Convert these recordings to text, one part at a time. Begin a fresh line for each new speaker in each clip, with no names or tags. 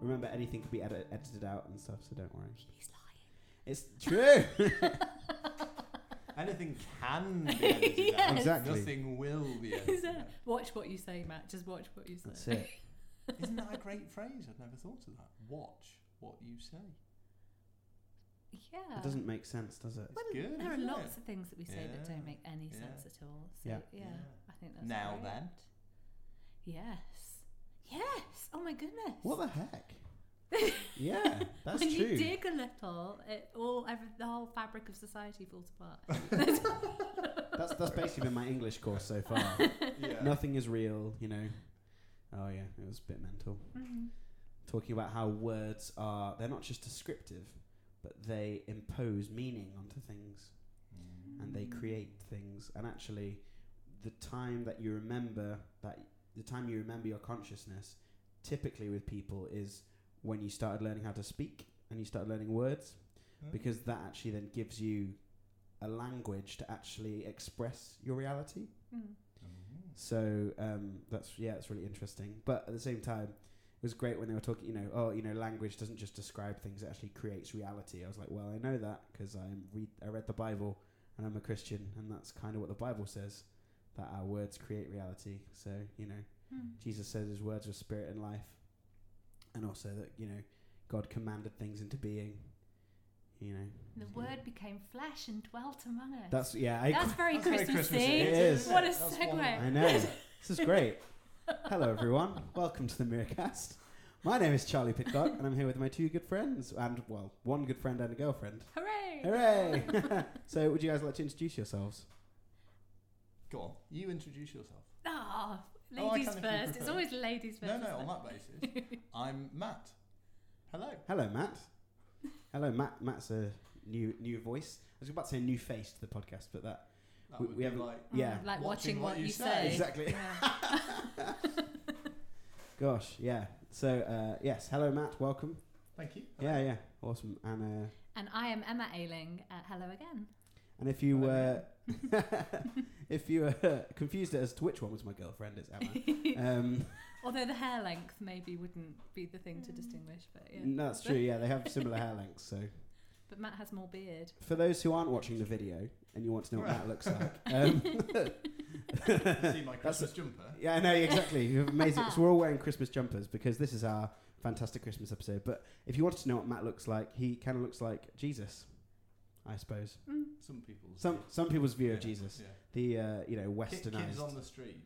Remember, anything could be edit- edited out and stuff, so don't worry. It's true.
Anything can be edited out.
Yes.
Exactly.
Nothing will be
Is
edited
that-
out.
Watch what you say, Matt. Just watch what you say.
That's it.
Isn't that a great phrase? I've never thought of that. Watch what you say.
Yeah.
It doesn't make sense, does it?
well,
good,
there are
isn't
lots
it?
of things that we say that
Yeah.
don't make any
Yeah.
sense at all. So, yeah.
Yeah.
Yeah.
I think that's
now
great.
then.
Yes. Yes. Oh my goodness.
What the heck? yeah, that's
when
true.
you dig a little, it all every, the whole fabric of society falls apart.
That's that's basically been my English course so far.
Yeah.
Nothing is real, you know. Oh yeah, it was a bit mental.
Mhm.
Talking about how words are they're not just descriptive, but they impose meaning onto things
Mm.
and they create things. And actually the time that you remember that the time you remember your consciousness typically with people is when you started learning how to speak and you started learning words because that actually then gives you a language to actually express your reality.
Mm.
Mm.
So um, that's yeah, it's really interesting. But at the same time, it was great when they were talking. You know, oh, you know, language doesn't just describe things; it actually creates reality. I was like, well, I know that because I read I read the Bible and I'm a Christian, and that's kind of what the Bible says that our words create reality. So you know,
Mm.
Jesus says his words are spirit and life, and also that you know, God commanded things into being. You know,
The word became flesh and dwelt among us.
that's yeah. I,
That's very
That's very
Christmassy.
Christmassy,
It is.
What a
That's wonderful.
segue.
I know. This is great. Hello, everyone. Welcome to the Miracast. My name is Charlie Pitcock, and I'm here with my two good friends, and well, one good friend and a girlfriend.
Hooray!
Hooray! so, would you guys like to introduce yourselves?
Go on. You introduce yourself.
Ah,
Oh, I
ladies
can if you
first. It's
prefer.
always ladies first.
No, no,
isn't
on
it?
that basis. I'm Matt. Hello.
Hello, Matt. Hello, Matt. Matt's a new new voice. I was about to say new face to the podcast, but that
That
We-
would
we
be
haven't-
like
Mm,
yeah.
Like watching, what, you say.
Exactly.
Yeah.
Gosh, yeah. So, uh, yes. Hello, Matt. Welcome.
Thank you.
Yeah, yeah. Awesome. And uh,
and I am Emma Ailing at Hello Again.
and if you
Hello,
were if you were confused as to which one was my girlfriend, it's Emma. Um,
Although the hair length maybe wouldn't be the thing to
Mm.
distinguish, but yeah.
No, Mm, that's true. Yeah, they have similar hair lengths. So,
But Matt has more beard.
for those who aren't watching the video and you want to know what that looks like, um,
You see my
That's
Christmas jumper.
yeah, I know exactly. You've amazing. So we're all wearing Christmas jumpers because this is our fantastic Christmas episode. But if you wanted to know what Matt looks like, he kind of looks like Jesus, I suppose.
Mm.
Some people's
Some some people's view
yeah,
of Jesus,
Yeah.
the uh, you know
Ki-
westernized
Kids on the street.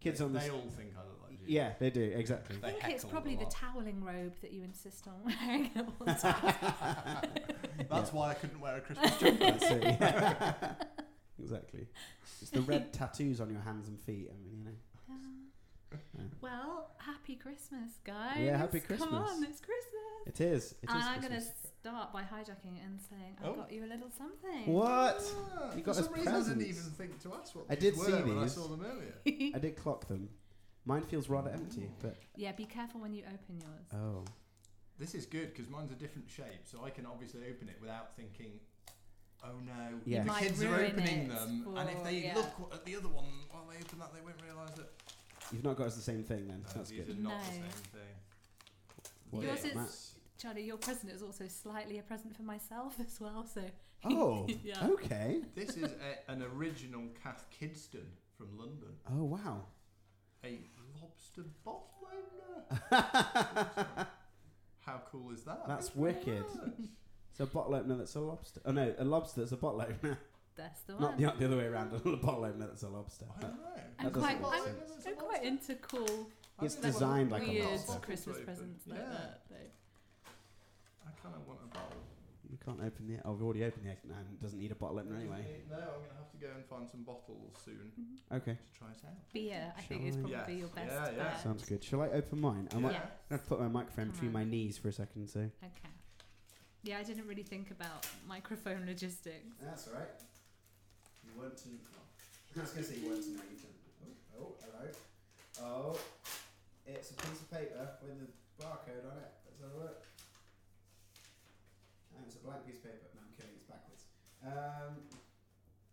Kids
they,
on the
They
s-
all think I look like Jesus.
yeah, they do exactly.
I
They
think it's
heckle a
probably the
lot.
toweling robe that you insist on wearing at all times.
That's
Yeah.
why I couldn't wear a Christmas jumper.
That's it, yeah. exactly. It's the red tattoos on your hands and feet. I mean, you know.
Um,
Yeah.
well, happy Christmas, guys.
Yeah, happy
Come on,
Christmas.
it's Christmas.
It is. It is
and I'm going to
Christmas.
start by hijacking and saying, I've
Oh.
got you a little something.
What?
Ah,
You got
for
us
some reason I didn't
presents.
even think to ask what
I
these
did
were
see
when I
these.
saw them earlier.
I did clock them. Mine feels rather empty, but
Yeah, be careful when you open yours.
oh,
This is good because mine's a different shape, so I can obviously open it without thinking, "Oh no,
Yeah. You
the
might
kids are
ruin
opening
it
them." and if
for-
they
yeah.
look w- at the other one while they open that, they won't realise that
you've not got us the same thing then.
no,
That's
these
good.
are not the
No.
same thing.
Well,
Yours
yeah,
is-
Matt.
Charlie, your present is also slightly a present for myself as well, so.
Oh,
yeah.
okay.
this is a, an original Kath Kidston from London,
Oh wow.
a lobster bottle opener. How cool is that?
That's
Good for
wicked.
her.
It's a bottle opener that's a lobster. Oh no, a lobster that's a bottle opener.
That's the one.
not, the, not the other way around. A bottle opener that's a lobster.
I
That-
don't know.
I'm
That doesn't
quite,
make
I'm,
sense.
I'm quite into cool,
It's designed like a
weird
lobster.
Christmas presents
Yeah,
like that. Though.
I kind of want a bottle.
You can't open the. Oh, we've already opened the egg. No, it doesn't need a bottle opener anyway.
No, I'm going to have to go and find some bottles soon
Okay,
to try it out.
Beer, I think, is
Shall I-
probably
Yeah.
your best
Yeah, yeah.
bet.
sounds good. Shall I open mine? I might,
Yeah.
I'm gonna have to put my microphone
Come
through
on.
my knees for a second. So
Okay. Yeah, I didn't really think about microphone logistics.
That's all right. You weren't in. I was going to say you weren't in Nathan. Oh, oh, hello. Oh, it's a piece of paper with a barcode on it. Let's have a look. And it's a blank piece of paper. No, I'm kidding. It's backwards. Um.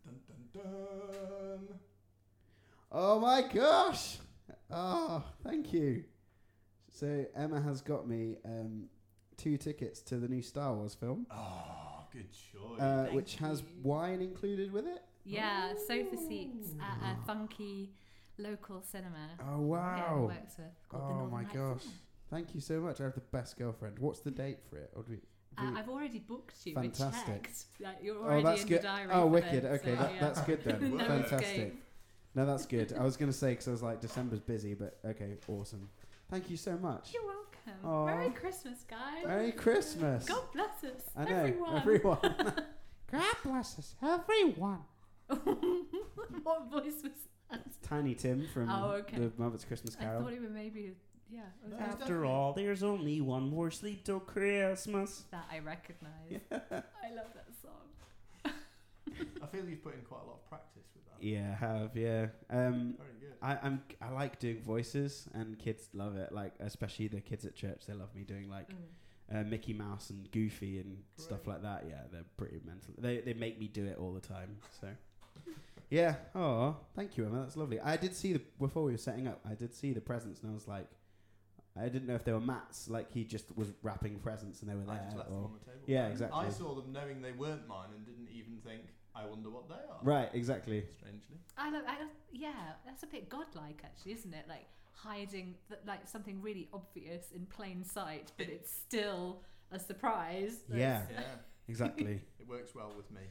Dun, dun, dun.
Oh my gosh! Oh, thank you. So Emma has got me um, two tickets to the new Star Wars film, Ah,
Oh, good choice.
uh,
Thank
which has
you.
wine included with it.
Yeah, sofa seats at
Ooh.
a funky local cinema.
Oh
Uh-huh. Yeah,
wow!
works with called the
oh
Northern
my
Lights
gosh!
Cinema.
Thank you so much. I have the best girlfriend. What's the date for it? Or do we, do we-
Uh, I've already booked you.
Fantastic.
Fantastic. Checked. Like, you're
oh,
already
that's
in
good.
the diary.
oh,
for
wicked.
them,
okay,
so,
that,
yeah.
that's good then.
That was
Fantastic.
good.
No, that's good. I was going to say because I was like, December's busy, but okay, awesome. Thank you so much.
You're welcome.
Aw.
Merry Christmas, guys.
Merry Christmas.
God bless us.
I know
Everyone.
everyone. God bless us, everyone.
what voice was that?
Tiny Tim from
Oh, okay.
the Muppets Christmas
I
Carol.
thought it was maybe. Yeah. it was
No, it's
that-
definitely-
there's only one more sleep till Christmas.
that I recognise. I love that song.
I feel you've put in quite a lot of practice with that.
Yeah, have yeah. Um,
Very good.
I, I'm I like doing voices, and kids love it. Like especially the kids at church, they love me doing like
Mm.
uh, Mickey Mouse and Goofy and stuff
Great.
like that. Yeah, they're pretty mental. They they make me do it all the time. So yeah. Oh, thank you, Emma. That's lovely. I did see the before we were setting up. I did see the presents, and I was like, I didn't know if they were Matt's. Like he just was wrapping presents, and they were
I
there.
just left
or-
them on the table.
Yeah,
I-
exactly.
I saw them knowing they weren't mine and didn't even think, I wonder what they are.
Right, exactly.
Strangely.
I love. I love. Yeah, that's a bit godlike, actually, isn't it? Like hiding, th- like something really obvious in plain sight, but it's still a surprise.
Yeah.
Yeah,
Exactly.
it works well with me,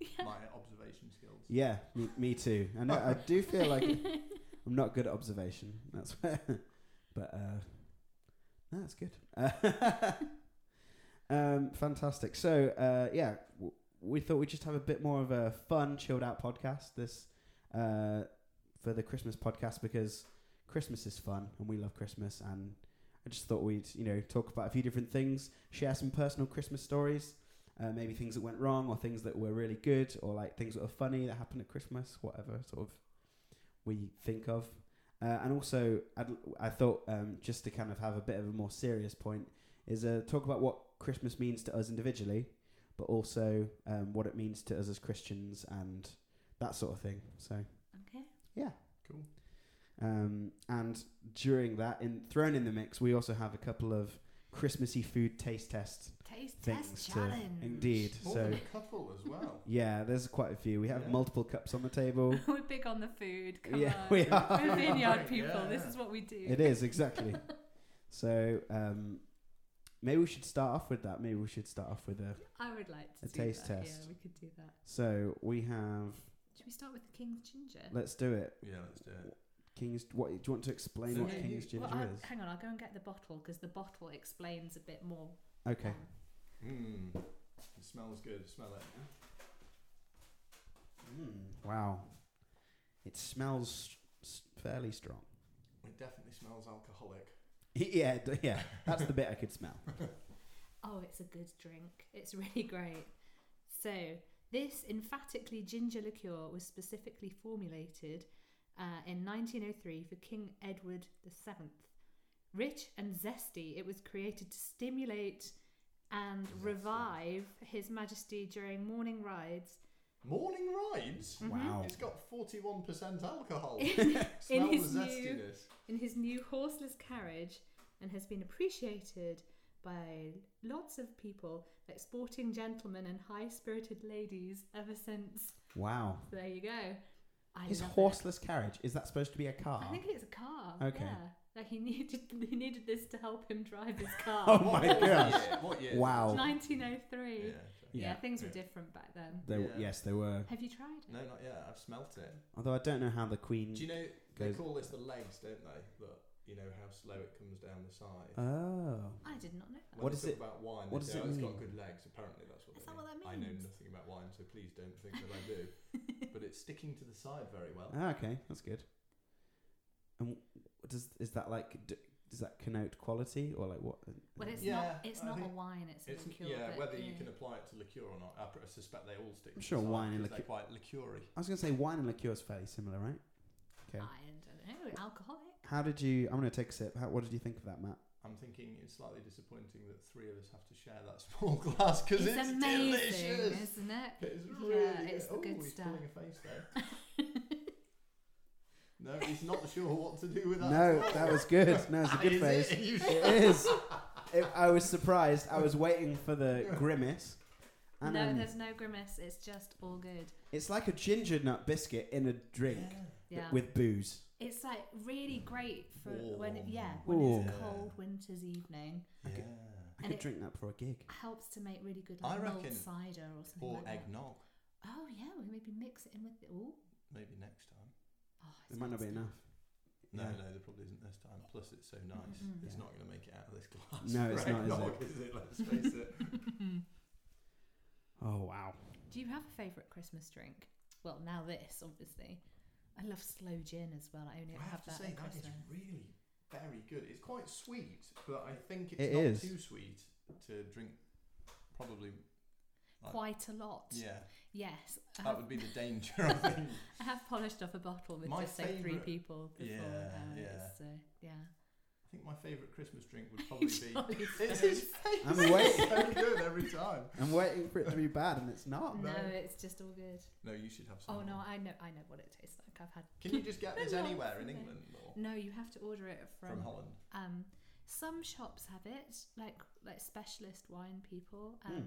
yeah.
my observation skills.
yeah, me, me too. I know. I do feel like I'm not good at observation. That's where. But uh, no, that's good. um, fantastic. So uh, yeah, w- we thought we'd just have a bit more of a fun, chilled out podcast this uh, for the Christmas podcast because Christmas is fun and we love Christmas and I just thought we'd you know talk about a few different things, share some personal Christmas stories. Uh, maybe things that went wrong, or things that were really good, or like things that were funny that happened at Christmas, whatever sort of we think of. Uh, and also, I'd, I thought um, just to kind of have a bit of a more serious point is uh, talk about what Christmas means to us individually, but also um, what it means to us as Christians and that sort of thing. So,
Okay.
Cool.
um, and during that, in thrown in the mix, we also have a couple of Christmassy food taste test
Taste
things
test
to
challenge.
indeed.
More
so
than a couple as well.
yeah, there's quite a few. We have
Yeah.
multiple cups on the table.
We're big on the food. Come
yeah,
on.
we are.
We're vineyard
Right,
people.
yeah,
This
yeah.
is what we do.
It is exactly. so um, maybe we should start off with that. Maybe we should start off with a.
I would like to
A
do
taste
that.
test.
Yeah, we could do that.
So we have.
Should we start with the king's ginger?
Let's do it.
yeah, let's do it.
King's. What do you want to explain?
So
what
yeah, you-
King's ginger
well, I'll-
is?
hang on, I'll go and get the bottle because the bottle explains a bit more.
Okay.
um,
Mm. It smells good. Smell it.
Mm, wow. It smells s- fairly strong.
It definitely smells alcoholic.
yeah, d- yeah. That's the bit I could smell.
Oh, it's a good drink. It's really great. So, this emphatically ginger liqueur was specifically formulated uh, in 1903 for King Edward VII. Rich and zesty, it was created to stimulate and
Zesty.
revive His Majesty during morning rides
Morning rides.
Mhm.
Wow.
Mm-hmm. It's got 41% alcohol.
in,
Smell the
his new-
zestiness.
in his new horseless carriage and has been appreciated by lots of people, like sporting gentlemen and high spirited ladies, ever since.
Wow.
There you go. I
His
love it.
horseless carriage is that supposed to be a car?
I think it's a car.
Okay.
Yeah. Like he needed he needed this to help him drive his car.
Oh my
What year?
gosh.
What year?
Wow.
1903.
Yeah,
Yeah,
okay.
Yeah.
things were
Yeah.
different back then.
They w
Yeah.
Yes, they were.
Have you tried it?
No, not yet. I've smelt it.
Although I don't know how the Queen.
Do you know they
Goes-
call this the legs, don't they? That you know how slow it comes down the side.
Oh.
I did not know that.
when
what
they
is
talk
it-
about wine,
what does
they say,
it
"Oh, it's got
mean?"
good legs. Apparently, that's what.
Is that
they mean.
what that
I know
means?
nothing about wine, so please don't think that I do. but it's sticking to the side very well.
Ah, okay, that's good. And wh- does is that like d- does that connote quality or like what?
Well, it's
Yeah,
not it's
I
not a
think
wine. It's,
It's,
a liqueur.
yeah,
but
whether
yeah.
you can apply it to liqueur or not, I pr- I suspect they all stick.
I'm
to
sure
the side
wine and
'cause they're quite liqueury.
I was gonna say wine and liqueur is fairly similar, right?
I
Okay.
don't know. Alcoholic.
How did you? I'm gonna take a sip. How, what did you think of that, Matt?
I'm thinking it's slightly disappointing that three of us have to share that small glass because it's,
amazing,
delicious.
isn't it?
It's
Yeah,
really
it's the
good.
good
oh, he's
stuff.
pulling a face there. no, he's not sure what to do with that.
No, that was good. No, it's a
That
good
is
phase.
it. You should-
It is. It, I was surprised. I was waiting for the grimace. And
no,
um,
there's no grimace. It's just all good.
it's like a ginger nut biscuit in a drink
Yeah.
with booze.
it's like really great for when it,
Warm.
yeah when it's
Warm.
a cold winter's evening.
I
Yeah.
could- I could
And it- Ah,
drink that for a gig.
Helps to make really good
I
like mulled
reckon-
cider or something
Or
like that.
eggnog,
Oh yeah, we maybe mix it in with ooh.
maybe next time.
Oh,
It might not be enough.
No,
Yeah.
no, there probably isn't this time. Plus, it's so nice.
Mm-mm.
It's
Yeah.
not going to make it out of this glass.
No, it's
Right,
not, is
nog,
it?
is it? Let's face it.
Oh wow.
Do you have a favourite Christmas drink? Well, now this obviously. I love sloe gin as well. I only
I
ever
have
have
to
that
say
at
that is
Christmas.
really very good. It's quite sweet, but I think it's
It
not
is.
too sweet to drink. Probably, like-
Quite a lot.
yeah.
Yes. I
That
have,
would be the danger. I think.
I have polished off a bottle with
My
just say three
favourite-
people before.
Yeah,
uh,
yeah.
It's, uh, yeah.
I think my favourite Christmas drink would probably be.
Jolly
It's
Stones.
his face.
I'm
It's
waiting.
so good every time.
I'm waiting for it to be bad, and it's not.
No,
no.
it's just all good.
No, you should have some.
Oh no,
more.
I know, I know what it tastes like. I've had.
Can you just get this
No,
anywhere in
no.
England or
No, you have to order it from.
from Holland?
um, some shops have it, like like specialist wine people. Um,
Mm.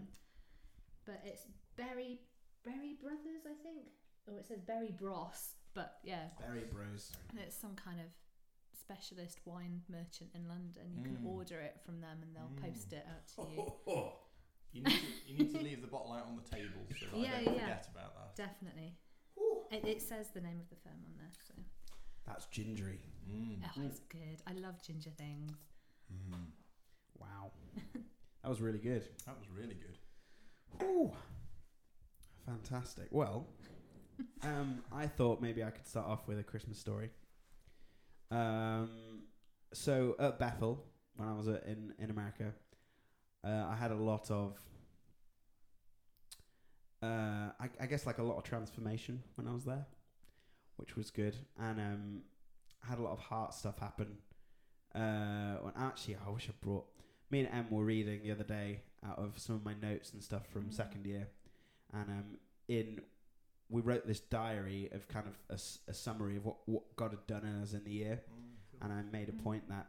But it's Berry Berry Brothers, I think, or it says Berry Bros. But yeah,
Berry bros.
and it's some kind of specialist wine merchant in London. You
Mm.
Hmm.
can order it from them, and they'll post
Mm.
it out to you.
You need, to, you need to leave the bottle out on the table so that
Yeah,
I don't
yeah.
forget about that.
Definitely. It, it says the name of the firm on there, so
Hmm. That's gingery.
Mm.
oh, it's good. I love ginger things.
Mm.
Wow. that was really good.
That was really good.
Ooh. Fantastic. Well, um, I thought maybe I could start off with a Christmas story. Um, so at Bethel, when I was uh, in in America, uh, I had a lot of, uh, I, I guess like a lot of transformation when I was there, which was good, and um, had a lot of heart stuff happen. Uh, when actually, I wish I brought me and Em were reading the other day out of some of my notes and stuff from
Mm.
second year, and um, in we wrote this diary of kind of a, s- a summary of what, what God had done in us in the year, and I made a
Mm.
point that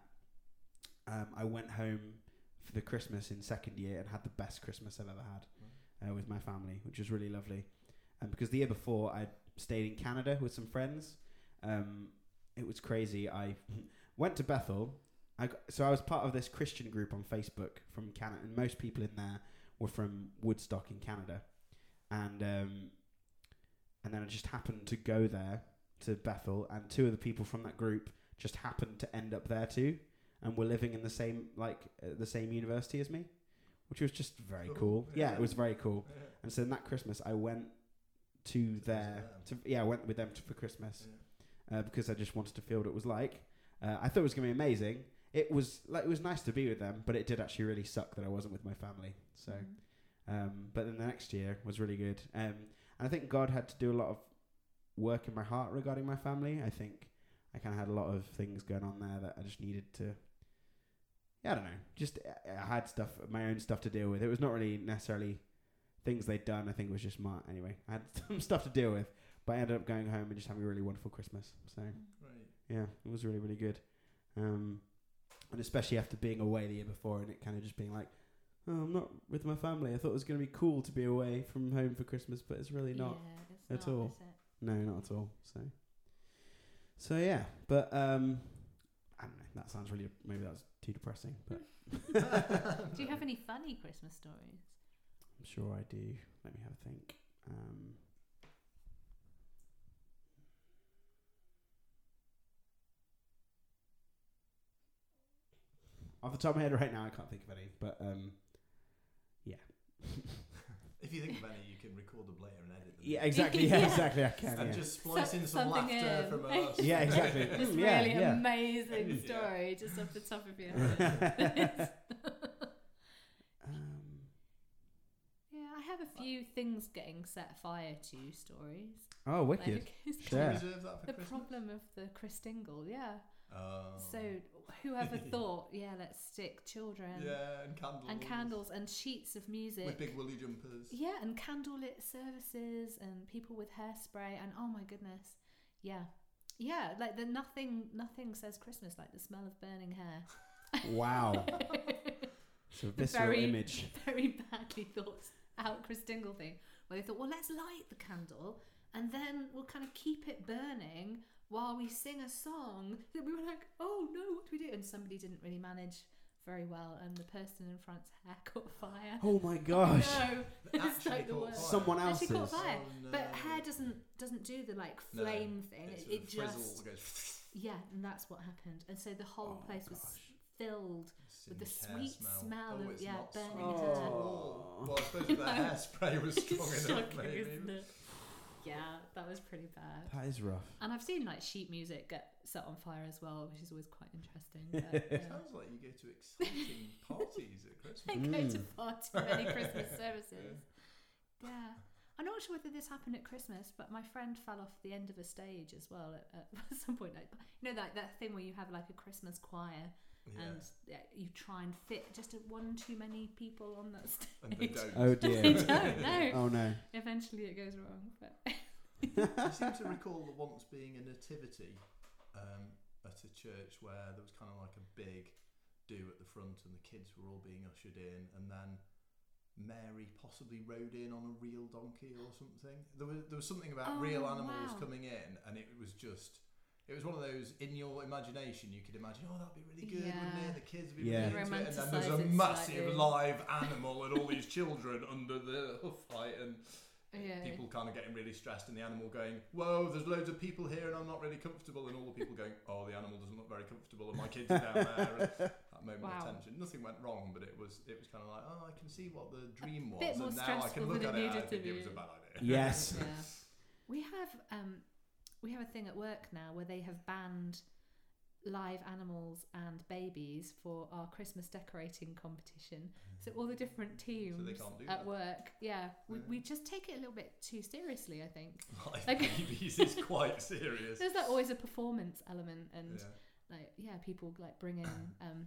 um, I went home for the Christmas in second year and had the best Christmas I've ever had uh, with my family, which was really lovely. And because the year before I stayed in Canada with some friends, um, it was crazy. I went to Bethel. I got, so I was part of this Christian group on Facebook from Canada, and most people in there were from Woodstock in Canada, and um, and then I just happened to go there to Bethel, and two of the people from that group just happened to end up there too, and were living in the same like uh, the same university as me, which was just very
Cool.
cool. Yeah,
Yeah.
it was very cool.
Yeah.
And so then that Christmas, I went to their to, yeah, I went with them to, for Christmas uh, because I just wanted to feel what it was like. Uh, I thought it was going to be amazing. It was like it was nice to be with them, but it did actually really suck that I wasn't with my family. So,
Mhm.
um, but then the next year was really good. Um, and I think God had to do a lot of work in my heart regarding my family. I think I kind of had a lot of things going on there that I just needed to. Yeah, I don't know. Just I- I had stuff, my own stuff to deal with. It was not really necessarily things they'd done. I think it was just my anyway. I had some stuff to deal with, but I ended up going home and just having a really wonderful Christmas. So
Right.
yeah, it was really really good, um, and especially after being away the year before and it kind of just being like, oh, I'm not with my family. I thought it was going to be cool to be away from home for Christmas, but it's really not.
Yeah, it's
at
not,
all.
is it?
No, not at all. So, so yeah, but um, I don't know. That sounds really maybe that's too depressing, but
Do you have any funny Christmas stories?
I'm sure I do. Let me have a think. Um, off the top of my head right now, I can't think of any, but um,
If you think of any, you can record them later and edit them.
yeah, exactly, yeah,
Yeah.
exactly, I can.
And
yeah.
just splice in some
something
laughter
in.
from us.
Yeah, exactly.
This
Mm, yeah,
really
yeah.
amazing
Yeah.
story just off the top of your head.
um,
yeah, I have a few things getting set fire to stories.
oh, wicked.
Like, it's
Can we
Yeah.
reserve that for
the
Christmas?
problem of the Christingle, yeah.
Oh.
So whoever thought, yeah, let's stick children
yeah, and candles.
and candles and sheets of music.
With big woolly jumpers.
Yeah, and candlelit services and people with hairspray and oh my goodness. Yeah. Yeah, like the nothing nothing says Christmas like the smell of burning hair.
Wow. It's a visceral
Very-
image.
Very badly thought out Chris Dingle thing where they thought, well, let's light the candle and then we'll kind of keep it burning while we sing a song. Then we were like, oh no, what do we do? And somebody didn't really manage very well, and the person in front's hair caught fire.
Oh my gosh.
No,
That
It's
actually
like the
caught
worst.
fire.
Someone
Actually
else's.
caught fire.
Oh, no.
but hair doesn't doesn't do the like
No,
flame thing.
It
It,
sort
it
of frizzles,
just
goes
yeah, and that's what happened. And so the whole
Oh,
place was
gosh.
filled with the
Singed hair
sweet smell
Oh,
of
it's
yeah
not
burning
sweet.
Oh.
hair.
Oh.
Well, I suppose if the hairspray was
It's
strong enough,
shocking,
maybe.
isn't it? Yeah, that was pretty bad.
That is rough.
And I've seen like sheet music get set on fire as well, which is always quite interesting. But, yeah.
Sounds like you go to exciting parties at Christmas.
I go to
Mm.
far too many Christmas services. Yeah. I'm not sure whether this happened at Christmas, but my friend fell off the end of a stage as well at, at some point. Like, you know, like that thing where you have like a Christmas choir and yeah, you try and fit just a, one too many people on that stage.
And they don't.
Oh
I
dear.
don't know.
oh no.
Eventually it goes wrong. But
I seem to recall that once being a nativity um, at a church where there was kind of like a big do at the front and the kids were all being ushered in and then Mary possibly rode in on a real donkey or something. There was, there was something about
Oh,
real animals
wow.
coming in and it was just. It was one of those in your imagination you could imagine. Oh, that'd be really good,
Yeah.
wouldn't it? The kids would be
Yeah.
really into it, and then there's a
Romanticise it
massive
slightly.
live animal and all these children under the hooflight and
yeah.
people kind of getting really stressed and the animal going whoa there's loads of people here and i'm not really comfortable and all the people going oh the animal doesn't look very comfortable and my kids are down there and that moment
Wow.
of tension nothing went wrong but it was it was kind of like oh i can see what the dream was
bit more
and now i
stressful
can look
than
at
it
it and I
needed to
think it was a
be.
bad idea
Yes.
yeah. We have um, we have a thing at work now where they have banned live animals and babies for our Christmas decorating competition. So all the different teams
can't do
at
that.
work, yeah, we,
Yeah.
we just take it a little bit too seriously. I think
live
Okay.
babies is quite serious
there's like always Um, a performance element, and
Yeah.
like yeah, people like bring in um,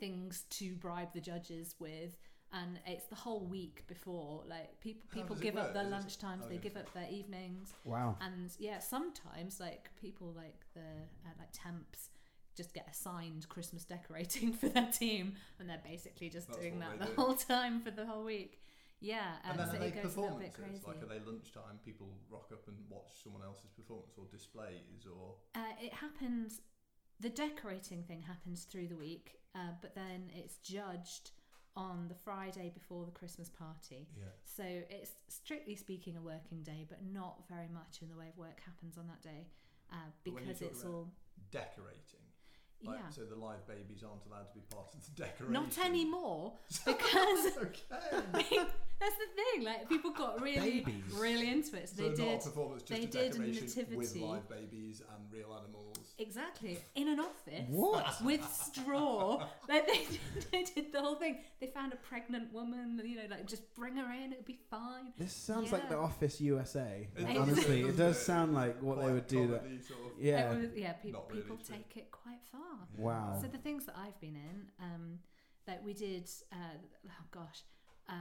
things to bribe the judges with. And it's the whole week before, like people
How
people
does it
give up
work?
their
Is it-
lunchtimes,
oh,
they
yeah.
give up their evenings,
Wow.
and yeah sometimes like people like the uh, like temps just get assigned christmas decorating for their team and they're basically just
That's
doing
what
that
they
the
do.
whole time for the whole week yeah um,
and then
so
are they
it goes a little bit
performances
crazy
like are they lunchtime people rock up and watch someone else's performance or displays or
uh, it happens the decorating thing happens through the week uh, but then it's judged on the friday before the christmas party
yeah
So it's strictly speaking a working day, but not very much in the way of work happens on that day uh,
But when you
because
talk
it's
about-
all
decorating
yeah.
Like, So the live babies aren't allowed to be part of the decoration.
Not anymore because
okay.
that's the thing. Like people got really,
Babies.
really into it. So,
So
they
not
did
a performance, just
they
a
did a
decoration with
nativity.
live babies and real animals.
exactly in an office
What?
with straw. like they, did- they did the whole thing. They found a pregnant woman. You know, like just bring her in. It'll be fine.
This sounds like
Yeah.
The Office USA.
It
does,
Honestly, it
doesn't
does
it?
sound like what they
Quite
would do. That.
comedy Sort of,
Yeah.
It was- yeah. People,
Not really,
people
is it?
take it quite far.
Wow.
So the things that I've been in, um, that we did, uh, oh gosh, uh,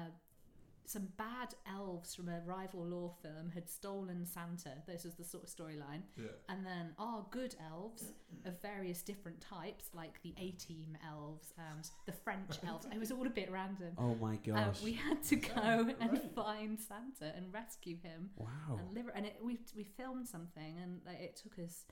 some bad elves from a rival law firm had stolen Santa. This was the sort of storyline.
yeah.
And then our good elves of various different types, like the A team elves and the French elves. It was all a bit random.
Oh my
Uh,
gosh.
we had to go
Yeah,
and
right.
find Santa and rescue him
wow.
and liver and it, we we filmed something and like, it took us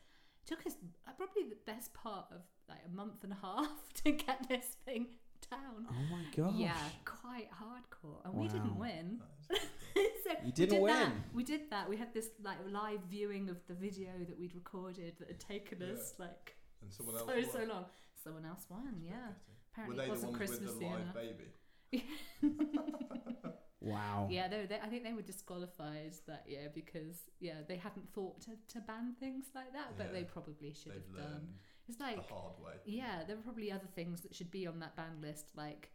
took us uh, probably the best part of like a month and a half to get this thing down
Oh my gosh.
yeah quite hardcore and we didn't
Wow.
win
Nice.
So
You didn't
we did that.
win.
we did that we had this like live viewing of the video that we'd recorded that had taken us like
And someone else.
so
won.
so long someone else won yeah
Were
apparently
they
it
the
wasn't
ones
christmas
with the live
enough
baby?
Wow.
yeah, they, they, I think they were disqualified that year because yeah, they hadn't thought to, to ban things like that, but
Yeah.
they probably should
They've
have
learned
done. It's like
the hard way.
yeah, there were probably other things that should be on that ban list, like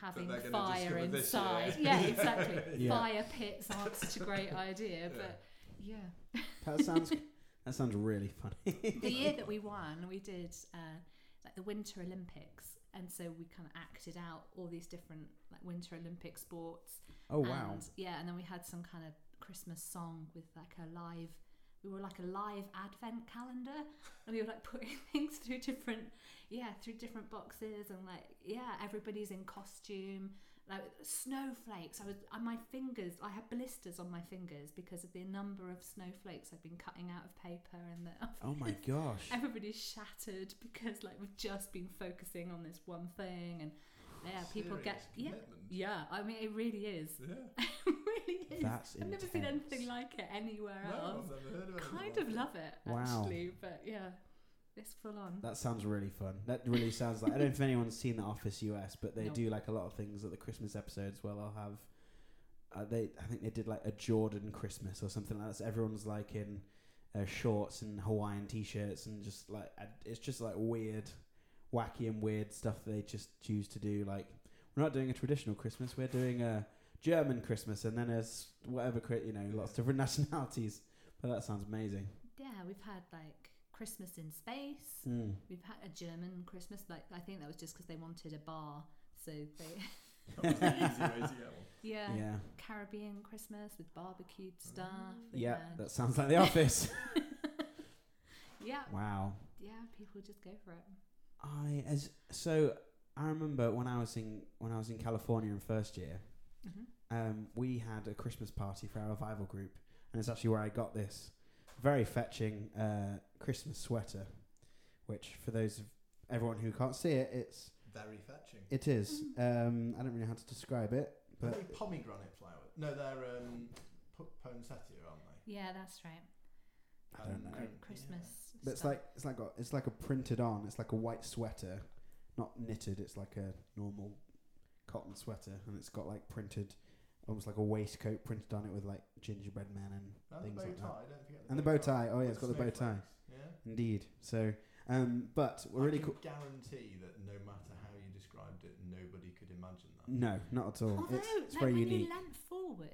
having
they're gonna
fire
discover this
inside.
year.
Yeah, exactly.
Yeah.
Fire pits aren't such a great idea, but yeah.
That sounds. that sounds really funny.
The year that we won, we did uh, like the Winter Olympics. And so we kind of acted out all these different like Winter Olympic sports
oh wow.
And, yeah, and then we had some kind of Christmas song with like a live we were like a live advent calendar and we were like putting things through different yeah through different boxes and like yeah everybody's in costume like snowflakes i was and my fingers i had blisters on my fingers because of the number of snowflakes i've been cutting out of paper and that I've
Oh my gosh.
everybody's shattered because like we've just been focusing on this one thing and yeah people get
Serious
yeah
commitment.
yeah i mean it really is
Yeah.
it really is
That's
i've never seen
intense.
anything like it anywhere
No,
else
I've never heard of anything
kind
like
of
it.
love it
Wow.
actually but yeah it's full on
That sounds really fun. That really sounds like I don't know if anyone's seen The Office US, but they
No.
do like a lot of things at the Christmas episodes where they'll have. Uh, they I think they did like a Jordan Christmas or something like that. So everyone's like in uh, shorts and Hawaiian t-shirts and just like ad- it's just like weird, wacky and weird stuff they just choose to do. Like we're not doing a traditional Christmas, we're doing a German Christmas, and then there's whatever cri- you know, lots of different nationalities. But that sounds amazing.
yeah we've had like christmas in space
Mm.
We've had a German Christmas. Like I think that was just because they wanted a bar. So they,
That was the easy way to get one.
yeah,
yeah.
Caribbean Christmas with
Mm.
barbecued stuff. and,
Yeah,
uh,
that sounds like The Office.
yeah,
wow.
yeah. People just go for it.
I as so I remember when I was in when I was in California in first year,
hmm
um, we had a Christmas party for our revival group, and it's actually where I got this very fetching uh, Christmas sweater, which for those of everyone who can't see it, it's
Very fetching.
it is. Um, I don't really know how to describe it, but
Very pomegranate flower. No, they're um, po- poinsettia, aren't they?
Yeah, that's right.
I don't know.
Um,
Great Christmas.
But it's
stuff.
like it's like got it's like a printed on. It's like a white sweater, not knitted. It's like a normal cotton sweater, and it's got like printed, almost like a waistcoat printed on it with like gingerbread men and
Yeah. And
things
the bow
like
tie.
that.
Don't forget the
And the bow tie. Oh yeah, it's got the
With
bow tie.
snowflakes, Yeah.
Indeed. So, um, but we're
I
really
can
cool.
guarantee that no matter how you described it, nobody could imagine that.
No, not at all.
Although,
it's it's
like
very
when
unique.
you leant forward,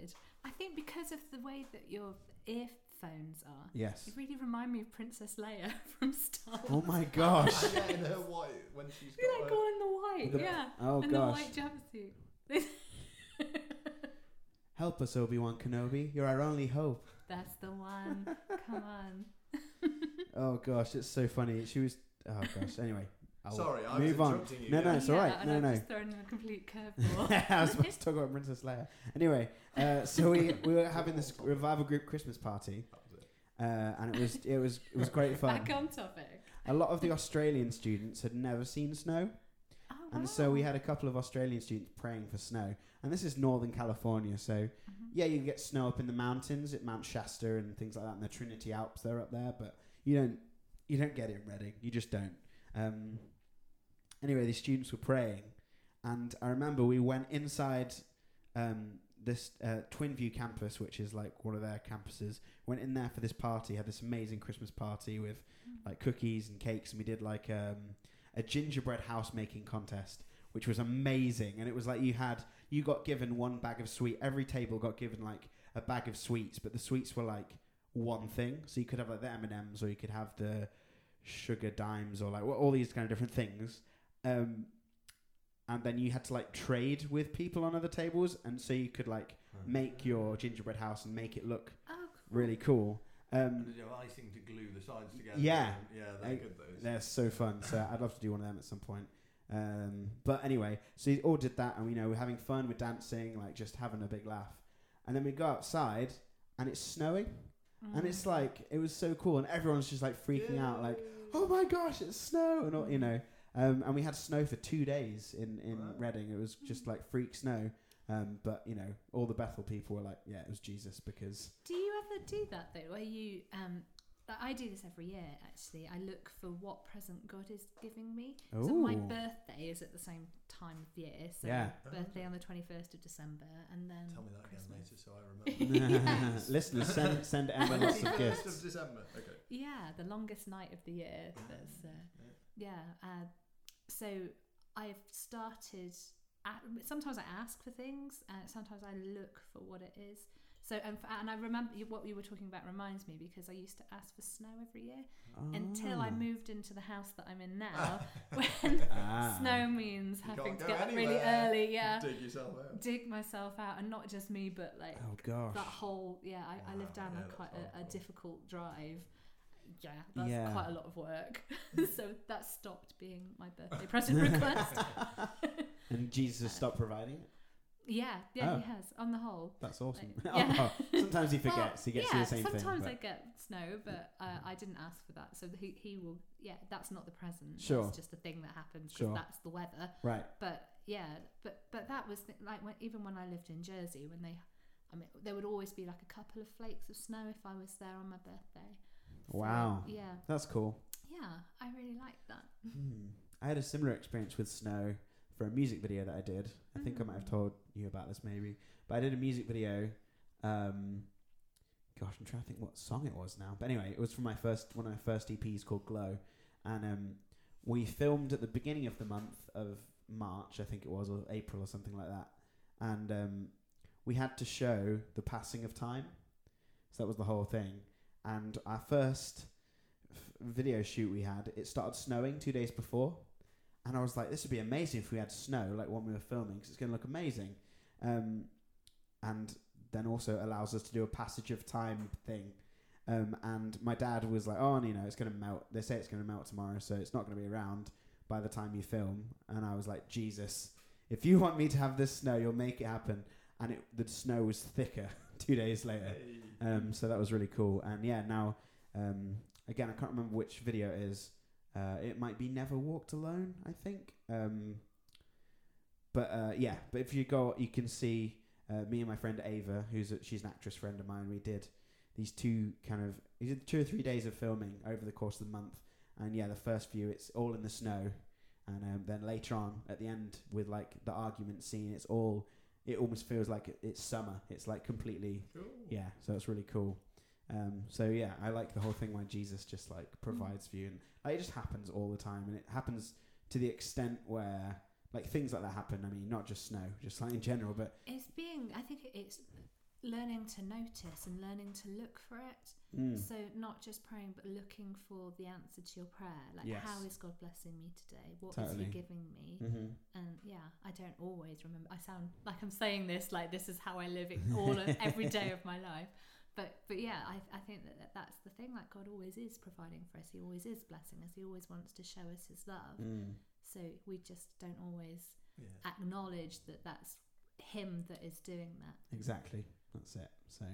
I think because of the way that your earphones are,
yes.
you really remind me of Princess Leia from Star
Oh
Wars.
my gosh.
And yeah, in her white when she's
You're like "Oh."
got her,
all in the white,
With the-
yeah,
Oh
and
gosh.
the white jumpsuit.
Help us, Obi Wan Kenobi. You're our only hope.
That's the one. Come on.
Oh gosh, it's so funny. She was. Oh gosh. Anyway, I'll
Sorry, I was
move on.
interrupting you.
No, no,
yeah.
it's alright.
And
No,
I've
no.
just thrown in a complete curveball.
I was supposed to talk about Princess Leia. Anyway, uh, so we, we were having this revival group Christmas party,
That was it.
uh, and it was it was it was great fun.
Back on topic.
A lot of the Australian students had never seen snow,
Oh,
and so we had a couple of Australian students praying for snow. And this is Northern California, so
Mm-hmm.
yeah, you get snow up in the mountains at Mount Shasta and things like that, and the Trinity Alps. They're up there, but you don't you don't get it in Reading. You just don't. Um, anyway, the students were praying, and I remember we went inside um, this uh, Twin View campus, which is like one of their campuses. Went in there for this party, had this amazing Christmas party with like cookies and cakes, and we did like um, a gingerbread house making contest, which was amazing. And it was like you had you got given one bag of sweet. Every table got given like a bag of sweets, but the sweets were like one thing. So you could have like the M and M's, or you could have the sugar dimes, or like wha- all these kind of different things. Um, and then you had to like trade with people on other tables, and so you could like make your gingerbread house and make it look
Oh, cool.
really cool. Um,
And you know, icing to glue the sides together.
Yeah.
and- yeah, they're
I-
good those.
They're so fun. So I'd love to do one of them at some point. Um, but anyway, so we all did that, and we know we're having fun, we're dancing, like just having a big laugh. And then we go outside, and it's snowing, and
Mm.
it's like it was so cool, and everyone's just like freaking out, like, "Oh my gosh, it's snow!" and all, you know. Um, and we had snow for two days in in
Wow.
Reading. It was just like freak snow. Um, but you know, all the Bethel people were like, "Yeah, it was Jesus," because
Do you ever do that though? Where you, um, I- I do this every year actually. I look for what present God is giving me. So my
Ooh.
birthday is at the same time of year. So
Yeah.
birthday on the twenty first of December, and then
Tell me that
Christmas.
again later so I remember.
Yes.
listeners send send Emma lots of
21st
gifts.
of December. Okay.
Yeah, the longest night of the year.
Ah,
That's uh,
yeah.
yeah. Uh, so I've uh, started. At, sometimes I ask for things, and sometimes I look for what it is. So and, f- and I remember you- what you were talking about reminds me because I used to ask for snow every year until I
Ah.
moved into the house that I'm in now, when
Ah.
snow means
You
having
can't
to
go
get up really
anywhere.
early. Yeah,
Dig yourself out.
dig myself out, and not just me, but like
Oh gosh. Ah,
that whole yeah. I, I lived
Wow,
down
yeah,
a
that's
quite a, a
hardcore.
difficult drive. Yeah, that's
Yeah.
quite a lot of work. so that stopped being my birthday present request.
and Jesus has stopped providing it.
Yeah, yeah,
Oh.
he has on the whole.
That's awesome.
Like, yeah.
Oh, sometimes he
Well,
forgets. he gets
yeah,
you the same thing.
sometimes
but- Mm.
I get snow, but uh, I didn't ask for that. So he, he will, yeah, that's not the present.
Sure.
It's just a thing that happens 'cause
Sure.
that's the weather.
Right.
But yeah, but but that was th- like when, even when I lived in Jersey, when they, I mean, there would always be like a couple of flakes of snow if I was there on my birthday. So,
Wow.
yeah,
That's cool.
yeah, I really like that.
Hmm. I had a similar experience with snow for a music video that I did. I think I might have
Mm.
told you about this maybe. But I did a music video. Um, gosh, I'm trying to think what song it was now. But anyway, it was from my first one of my first EPs called Glow, and um, we filmed at the beginning of the month of March, I think it was, or April or something like that. And um, we had to show the passing of time. So that was the whole thing. And our first f- video shoot we had, it started snowing two days before. And I was like, this would be amazing if we had snow, like when we were filming, because it's going to look amazing. Um, and then also allows us to do a passage of time thing. Um, and my dad was like, oh, you know, it's going to melt. They say it's going to melt tomorrow, so it's not going to be around by the time you film. And I was like, Jesus, if you want me to have this snow, you'll make it happen. And it, the snow was thicker two days later.
Hey.
Um, so that was really cool. And yeah, now um, again, I can't remember which video it is. Uh, it might be "Never Walked Alone," I think. Um, but uh, yeah, but if you go, you can see uh, me and my friend Ava, who's a, she's an actress friend of mine. We did these two kind of we did two or three days of filming over the course of the month. And yeah, the first few it's all in the snow, and um, then later on at the end with like the argument scene, it's all it almost feels like it- it's summer. It's like completely
Cool.
yeah, so it's really cool. Um, so yeah, I like the whole thing where Jesus just like provides for you, and like, it just happens all the time, and it happens to the extent where like things like that happen. I mean, not just snow, just like in general, but
It's being, I think it's learning to notice and learning to look for it.
mm,
So not just praying, but looking for the answer to your prayer. Like,
Yes.
how is God blessing me today? What is
Totally.
He giving me?
hmm
And Um, yeah, I don't always remember. I sound like I'm saying this like this is how I live it all of, every day of my life. But but yeah, I, I think that that- that's the thing. Like God always is providing for us. He always is blessing us. He always wants to show us His love.
mm,
So we just don't always
Yeah.
acknowledge that that's Him that is doing that.
exactly, that's it. So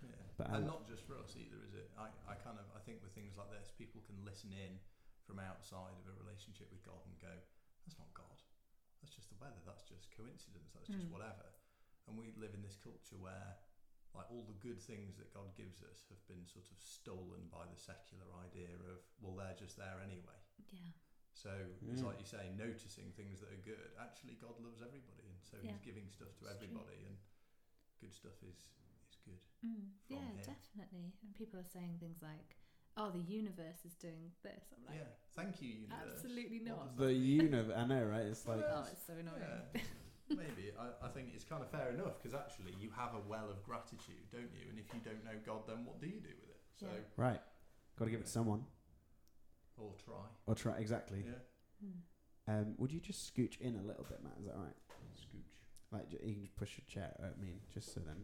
Yeah.
But um, I-
and not just for us either, is it? I, I kind of I think with things like this, people can listen in from outside of a relationship with God and go, "That's not God. That's just the weather. That's just coincidence. That's just
Mm.
whatever." And we live in this culture where, like, all the good things that God gives us have been sort of stolen by the secular idea of, "Well, they're just there anyway."
Yeah.
So it's
Mm.
like you say, noticing things that are good. Actually, God loves everybody, and so
Yeah.
He's giving stuff
It's
to
true.
everybody, and good stuff is is good.
Mm,
from
yeah,
here.
definitely. And people are saying things like, "Oh, the universe is doing this." I'm like,
yeah. Thank you, universe.
absolutely
What
not.
does
the
that mean?
universe, I know, right? It's like
"Oh, it's so annoying."
Yeah. Maybe I, I think it's kind of fair enough because actually you have a well of gratitude, don't you? And if you don't know God, then what do you do with it? So
Yeah.
right. Got to give it to someone
or try.
or try exactly.
Yeah.
Mm.
Um, would you just scooch in a little bit, Matt? Is that all right?
Scooch.
Like j- you can just push your chair. uh, I mean, just so then.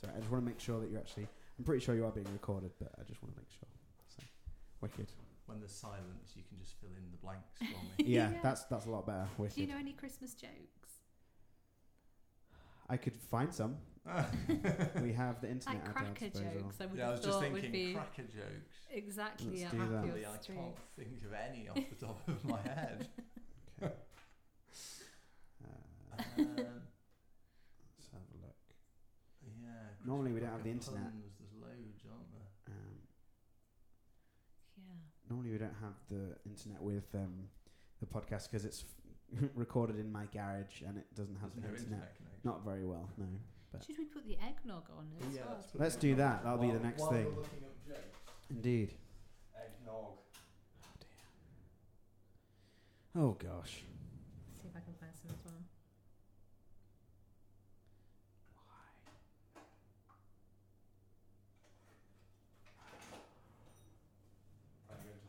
Sorry, I just want to make sure that you're actually. I'm pretty sure you are being recorded, but I just want to make sure. So, wicked.
When there's silence, you can just fill in the blanks for me.
Yeah,
Yeah.
that's that's a lot better. Wicked.
Do you know any Christmas jokes?
I could find some. we have the internet
Like
at our
cracker
disposal.
jokes, I would
yeah, I
have
was just
thought would
thinking
be
cracker jokes.
exactly
Let's
up
do that.
your
Really, I
street.
can't think of any off the top of my head.
Okay. uh, let's
Um,
have a look.
yeah.
Normally we don't have
cracker
the internet.
Puns, there's loads, aren't there?
Um,
Yeah.
normally we don't have the internet with um, the podcast because it's f- recorded in my garage and it doesn't have
There's
the
no
internet.
internet connection.
Not very well, no. But-
Should we put the eggnog on as
Yeah,
well?
let's put
Let's
the
do
eggnog
that.
on.
That'll be the
While-
next
while
thing.
you're looking up jokes,
Indeed.
eggnog.
Oh gosh.
See if I can find some as well.
Why?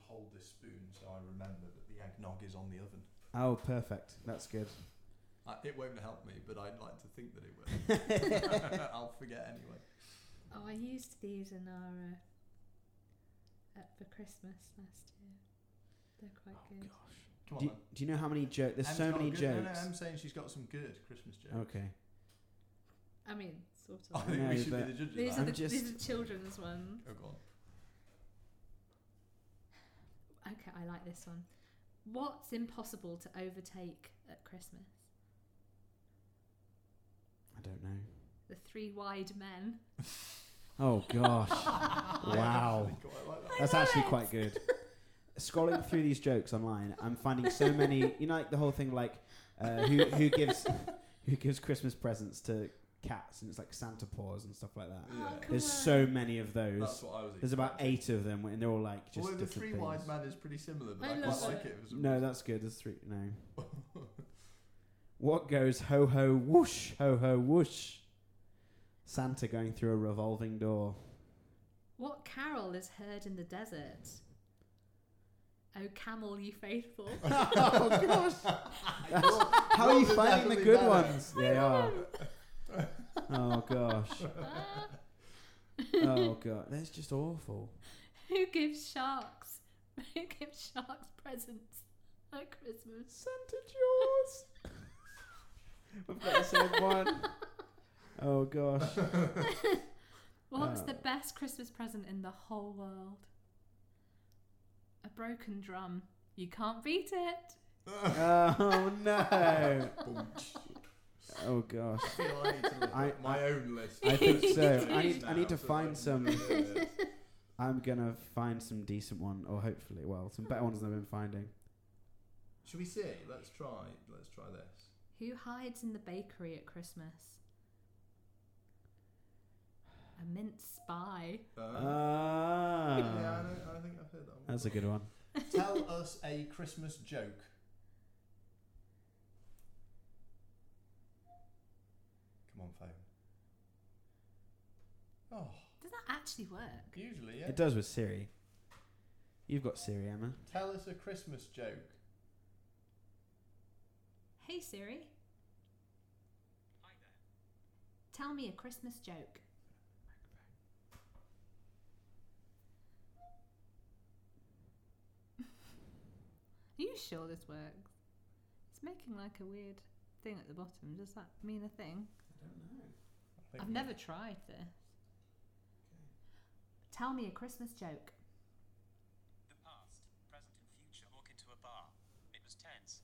hold this spoon so I remember that the eggnog is on the oven.
Oh, perfect. That's good.
Uh, it won't help me, but I'd like to think that it will. I'll forget anyway.
Oh, I used these in our uh, at for Christmas last year. They're quite
Oh,
good.
Come on,
Do,
then.
do you know how many jokes? There's
Em's
so
got a
many
good, No, no,
jokes.
I'm saying she's got some good Christmas jokes.
okay.
I mean, sort
I
of.
think
No,
we should
but-
be the judges.
These
of
are
I'm
the
that.
these
just-
are children's ones.
Oh, go on.
Okay, I like this one. What's impossible to overtake at Christmas?
I don't know.
The three wide men.
Oh, gosh.
I
Wow.
actually quite like that.
That's
love
actually
it.
quite good. Scrolling through these jokes online, I'm finding so many. You know, like the whole thing, like uh, who who gives who gives Christmas presents to cats, and it's like Santa paws and stuff like that.
Yeah.
Oh, come
There's
on.
so many of
That's
those.
what I was.
There's about
expecting.
eight of them, and they're all like just
Although the
different
three
things.
wise man is pretty similar, but
I
I,
love
quite
it.
like it. It was a
No, that's good. There's three. No. What goes ho ho whoosh ho ho whoosh? Santa going through a revolving door.
What carol is heard in the desert? Oh, camel, you faithful.
oh gosh! That's- how are
Well,
you
they're
finding the
definitely
good
better.
ones? They are. Oh gosh!
Ah,
Oh god! That's just awful.
who gives sharks? Who gives sharks presents at Christmas?
Santa Claus. We've got the same one. Oh gosh!
What's
Oh.
the best Christmas present in the whole world? A broken drum. You can't beat it.
Oh no! Oh gosh!
I feel I need to look
I-
at my own list.
I think so.
of
I
these
need I
now uh,
need to
so
find
that-
some.
Yeah.
I'm gonna find some decent one, or hopefully, well, some better ones than I've been finding.
Should we see? Let's try. Let's try this.
Who hides in the bakery at Christmas? A mince spy.
Uh, yeah, I,
Ah,
don't, I think I've heard that one.
that's a good one.
Tell us a Christmas joke. Come on, phone. Oh,
Does that actually work?
usually, yeah.
It does with Siri. You've got Siri, Emma.
Tell us a Christmas joke.
Hey Siri. Hi there. Tell me a Christmas joke. Are you sure this works? It's making like a weird thing at the bottom. Does that mean a thing?
I don't know. I think
I've
we-
never tried this. Tell me a Christmas joke.
The past, present, and future walk into a bar. It was tense.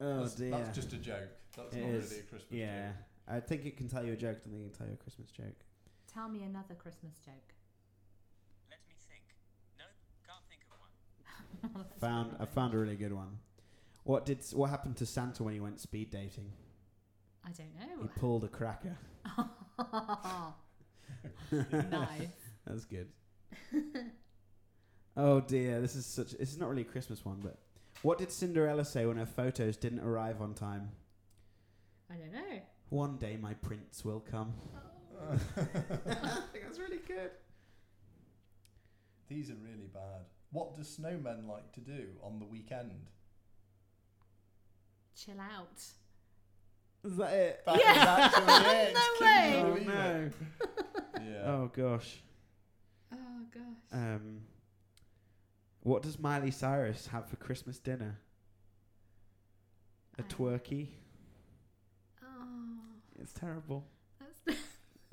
Oh
that's,
dear.
That's just a joke. That's
It
not
is,
really a Christmas
yeah,
joke.
I think it can tell you a joke. I don't think it can tell you a Christmas joke.
Tell me another Christmas joke.
Let me think. No, can't think of one.
Found I found a really good one. What did what happened to Santa when he went speed dating?
Oh, I don't
He
know.
pulled a cracker.
nice.
That's good. oh dear, this is such. This is not really a Christmas one, but what did Cinderella say when her photos didn't arrive on time?
I don't know.
One day my prince will come.
Oh.
Oh.
think that's really good.
These are really bad. What do snowmen like to do on the weekend?
Chill out.
Is that it?
That is actually it. It's
No way.
Oh
Kinder
no!
Bueno. Yeah.
Oh gosh.
Oh gosh.
Um, what does Miley Cyrus have for Christmas dinner? A
I-
twerky.
Oh,
It's terrible.
that's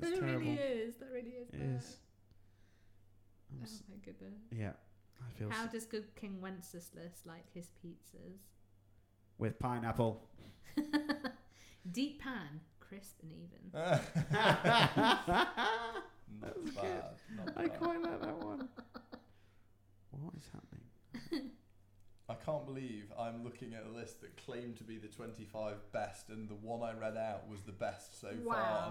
It's
that
terrible.
really is. That really is.
It
bad.
is. I'm
Oh
s-
my goodness.
yeah, I feel
How
s-
does good King Wenceslas like his pizzas?
with pineapple.
Deep pan, crisp and
Uh.
even.
Oh. I
Not
That's
bad. Not bad.
quite like that one. What is happening?
I can't believe I'm looking at a list that claimed to be the 25 best, and the one I read out was the best so far,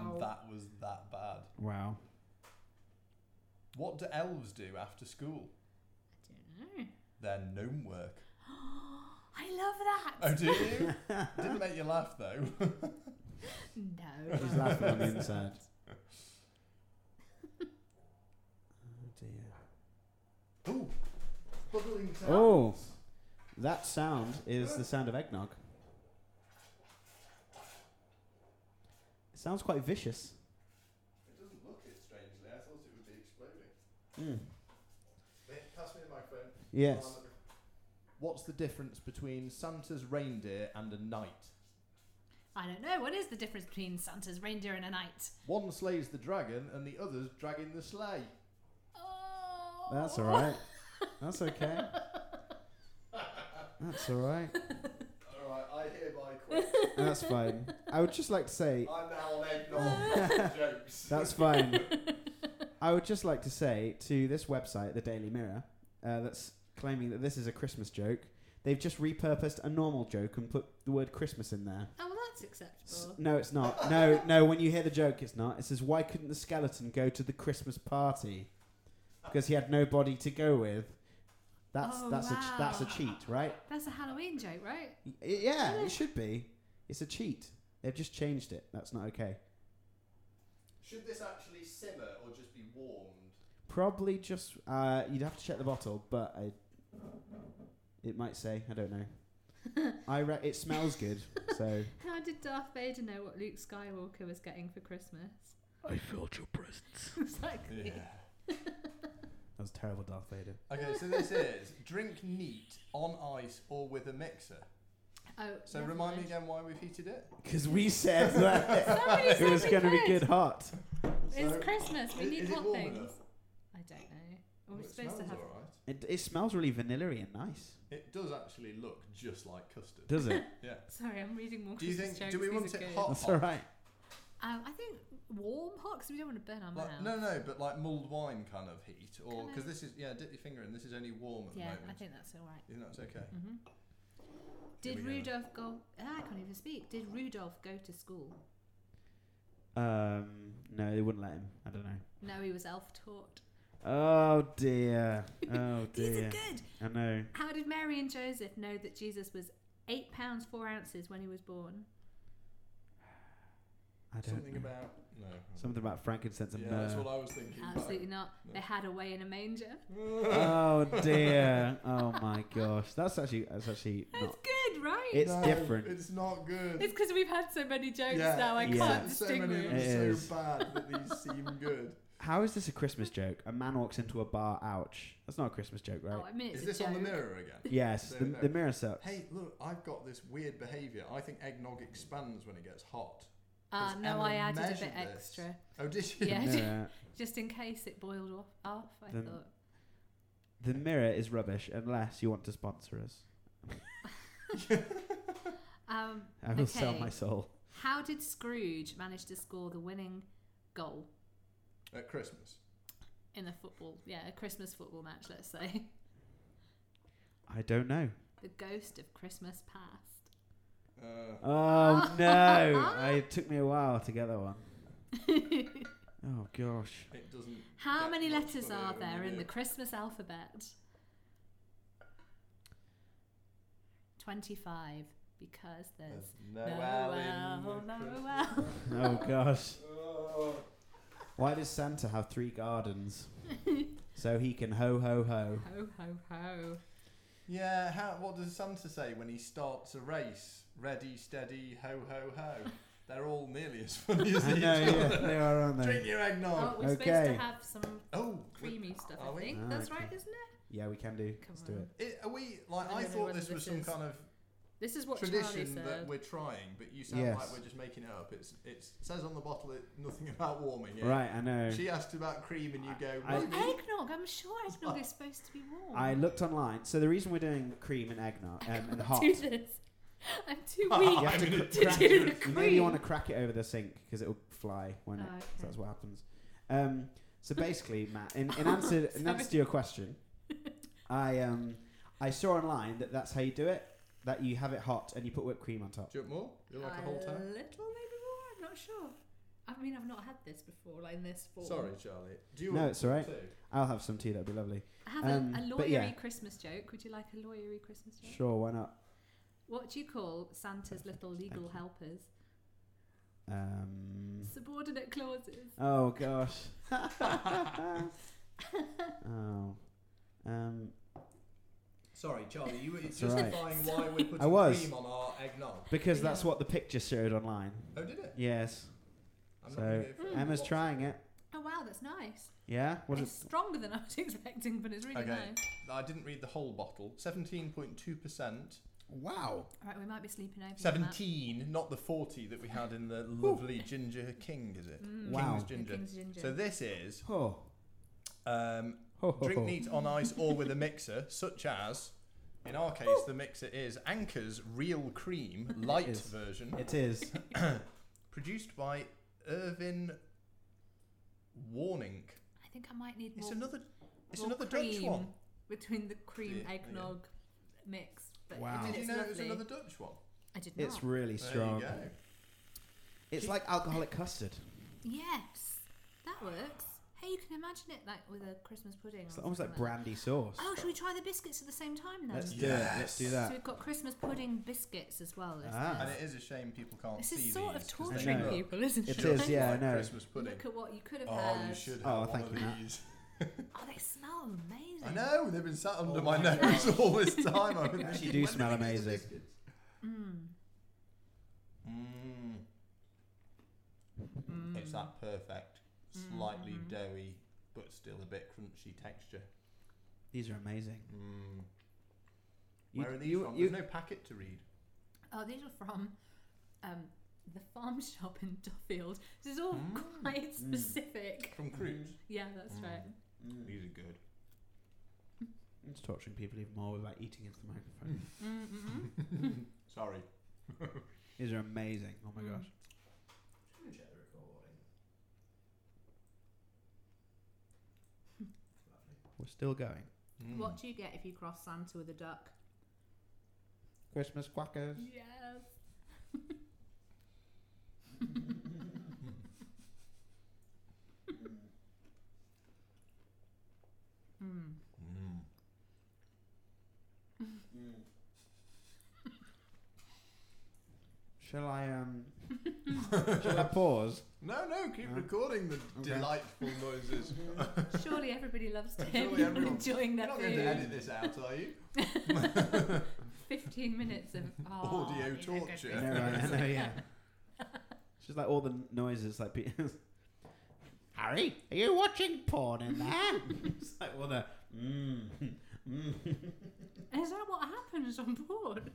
Wow.
and that was that bad.
Wow.
What do elves do after school?
I don't know.
Their gnome work.
I love that.
Oh, do you? Didn't make you laugh though.
No.
He's laughing on the inside. Oh dear.
Ooh, Bubbling sounds.
Oh. That sound is the sound of eggnog. It sounds quite vicious.
It doesn't look it strangely. I thought it would be exploding.
Mm.
Mate, pass me the microphone.
Yes.
What's the difference between Santa's reindeer and a knight?
I don't know. What is the difference between Santa's reindeer and a knight?
One slays the dragon and the other's dragging the sleigh.
Oh.
That's all right. That's okay. That's all right.
Alright, I hereby quit.
That's fine. I would just like to say
I'm now on eggnog jokes.
that's fine. I would just like to say to this website, the Daily Mirror, uh, that's claiming that this is a Christmas joke. They've just repurposed a normal joke and put the word Christmas in there.
Oh, well, that's
S-
acceptable.
no, it's not. No, no. When you hear the joke, it's not. It says, "Why couldn't the skeleton go to the Christmas party? Because he had nobody to go with." That's
Oh,
that's a ch- that's a
wow.
cheat, right?
That's a Halloween joke, right?
Y- yeah, it should be. It's a cheat. They've just changed it. That's not okay.
Should this actually simmer or just be warmed?
Probably just uh, you'd have to check the bottle, but I, it might say I don't know. I re- it smells good, so
How did Darth Vader know what Luke Skywalker was getting for Christmas?
I felt your presence.
Exactly.
that was terrible, Darth Vader.
Okay, so this is drink neat, on ice, or with a mixer.
Oh,
So
never
remind me
mind.
again why we've heated it.
Because we said that
Somebody
it
said
was
we
going to be
could.
good hot.
It's
So-
Christmas. We
I-
need
is it
hot
warm
things.
enough?
I don't know. Are
Well,
we
it
supposed to
smells
have?
alright.
It, it smells really vanilla-y and nice.
It does actually look just like custard.
Does it?
yeah.
Sorry, I'm reading more.
Do you
Christmas
think?
Jokes.
Do we
These
want
are
it
good.
hot?
That's
hot?
all right.
Um, I think warm hot because we don't want to burn our mouth.
Like, no, no, but like mulled wine kind of heat, or
Can I-
because this is yeah, dip your finger in. This is only warm at
Yeah,
the
I
moment.
think that's all right.
You think that's okay?
hmm
we
Did
go.
Rudolph go? Ah, I can't even speak. Did Rudolph go to school?
Um, no, they wouldn't let him. I don't know.
No, he was elf taught.
Oh dear. Oh
These are
dear.
good.
I know.
How did Mary and Joseph know that Jesus was eight pounds four ounces when he was born?
I don't
Something
know.
about no.
something about frankincense and
yeah, that's
myrrh.
what I was thinking. but-
Absolutely not.
No.
They had away in a manger.
Oh dear. Oh my gosh. That's actually that's actually
That's
not.
good, right?
It's
No,
different.
It's not good.
It's because we've had so many jokes
Yeah,
now. I
Yeah.
can't
So many
distinguish.
of them
It
are
is.
so bad that these seem good.
How is this a Christmas joke? A man walks into a bar. Ouch. That's not a Christmas joke, right?
Oh, I mean, it's
Is
a
this
joke.
on the mirror again?
yes.
So
The,
no.
the mirror sucks.
Hey, look, I've got this weird behaviour. I think eggnog expands when it gets hot.
Uh,
'Cause
no, I
Emma
added a
measured
bit
this.
extra
Oh, did you?
The
Yeah.
mirror-
just in case it boiled off. off I
Then-
thought.
the mirror is rubbish unless you want to sponsor us.
Um,
I will sell
Okay.
my soul.
how did Scrooge manage to score the winning goal
At Christmas.
in a football? Yeah, a Christmas football match, let's say.
I don't know.
The ghost of Christmas past.
Uh,
Oh no! I, it took me a while to get that one. oh gosh.
it doesn't.
How
That's
many
not
letters
funny,
are
I
there in
mean,
the
it-
Christmas alphabet? 25, because there's
No,
Noel, Noel.
Oh gosh.
Oh.
Why does Santa have three gardens? so he can ho ho ho.
Ho, ho, ho.
Yeah, how, what does Santa say when he starts a race? Ready, steady, ho, ho, ho. They're all nearly as funny as
I
each
know, yeah,
other.
they are, aren't
Drink
they?
your
Oh,
eggnog.
we're supposed
Okay.
to have some
Oh, we-
creamy stuff,
are
I
we?
think.
Ah,
That's
okay.
right, isn't it?
Yeah, we can do. Let's do
Come
it.
on.
i- are we like?
I don't
I
know
thought
whether
this
this
was some
is
kind of
This is what Charlie
tradition
said.
that we're trying, but you sound like
Yes.
we're just making it up. It's it says on the bottle it, nothing about warming it.
Right, I know.
She asked about cream, and you go.
I-
"Really?"
Eggnog, I'm sure eggnog is supposed to be warm.
I looked online. So the reason we're doing cream and eggnog um, and hot,
do
you
this. I'm too
I'm
weak.
have to
gonna
crack
to
crack
do the
it.
know you
cream.
want to crack it over the sink because it will fly when it.
Oh, okay.
So that's what happens. Um, so basically, Matt, in, in answer in answer to your question, I um I saw online that that's how you do it. That you have it hot and you put whipped cream on top.
Do you want more? You like a
a
whole
little,
time?
maybe more. I'm not sure. I mean, I've not had this before, like in this form.
Sorry, Charlie. Do you
No,
want
it's all right.
two?
I'll have some tea. That'd be lovely.
I have
Um,
a, a
but
lawyery
yeah.
Christmas joke. Would you like a lawyery Christmas joke?
Sure, why not?
What do you call Santa's little legal
you.
helpers?
Um,
Subordinate clauses.
oh gosh. oh. Um,
Sorry, Charlie, you were
That's
justifying why we're putting
I was.
cream on our eggnog.
Because
Yeah.
that's what the picture showed online.
Oh, did it?
Yes.
I'm
So,
not gonna go for it.
Emma's
Lots-
trying it.
Oh wow, that's nice.
Yeah? What
it's
is
stronger than I was expecting, but it's really
Okay.
nice.
I didn't read the whole bottle. 17.2%.
Wow.
All right, we might be sleeping over. on that.
17, not the 40 that we had in the lovely Ginger King, is it?
Mm.
King's
Wow.
The
Ginger.
King's ginger.
So this is
Oh.
um,
Ho, ho,
drink
ho.
neat on ice or with a mixer, such as, in our case, the mixer is Anchor's Real Cream Light
is.
version,
It is.
produced by Irvin Warnink.
I think I might need
It's
more.
another, it's
more
another Dutch
cream
one.
between the cream
Yeah, yeah.
eggnog mix. But I
Wow.
mean,
Did you
it's
know it
lovely.
was another Dutch one?
I did not.
It's really strong.
There you go.
It's like alcoholic custard.
yes, that works. Hey, you can imagine it like with a Christmas pudding.
It's
or
almost like
something
brandy sauce.
Oh, should we try the biscuits at the same time then?
Let's
so
do it. Let's do
Yes.
that.
we've got Christmas pudding biscuits as well. isn't
Ah.
there?
And it is a shame people can't
This
see
is sort of
these 'cause they
torturing
look
people, isn't
It
it?
just
is, yeah, I
like
know.
Christmas pudding.
Look at what you could have
Oh,
had.
you should have
Oh,
one
thank
of
you, Matt.
these.
Oh, they smell amazing.
I know, they've been sat under
Oh
my,
my
nose all this time. I've been
Actually
thinking,
do
when
smell
they make the
amazing.
biscuits?
Mm.
Mm,
Mm.
It's that perfect, slightly doughy, but still a bit crunchy texture.
These are amazing.
Mm.
You-
Where are these
you-
from?
you-
There's no packet to read.
Oh, these are from um, the farm shop in Duffield. This is all
Hmm.
quite specific.
From Cruz.
Yeah, that's
Mm.
right.
These are good.
It's torturing people even more without eating into the microphone.
Mm.
Mm-mm-mm.
Sorry.
These are amazing. Oh my
Mm.
gosh. We're still going.
Mm.
What do you get if you cross Santa with a duck?
Christmas quackers.
Yes. Mm.
Mm.
Shall I um? shall I pause?
No, no, keep
No?
recording the
Uh-huh. Okay.
delightful noises.
Surely everybody loves to hear
Surely
people
everyone-
enjoying their
You're not going to
food.
edit this out, are you?
15 minutes of oh,
Audio
you know, good
torture.
I know,
business.
right? I know, yeah. It's just like all the noises, like pe- Harry, are you watching porn in there? it's like all the mmm, mmm.
Is that what happens on board?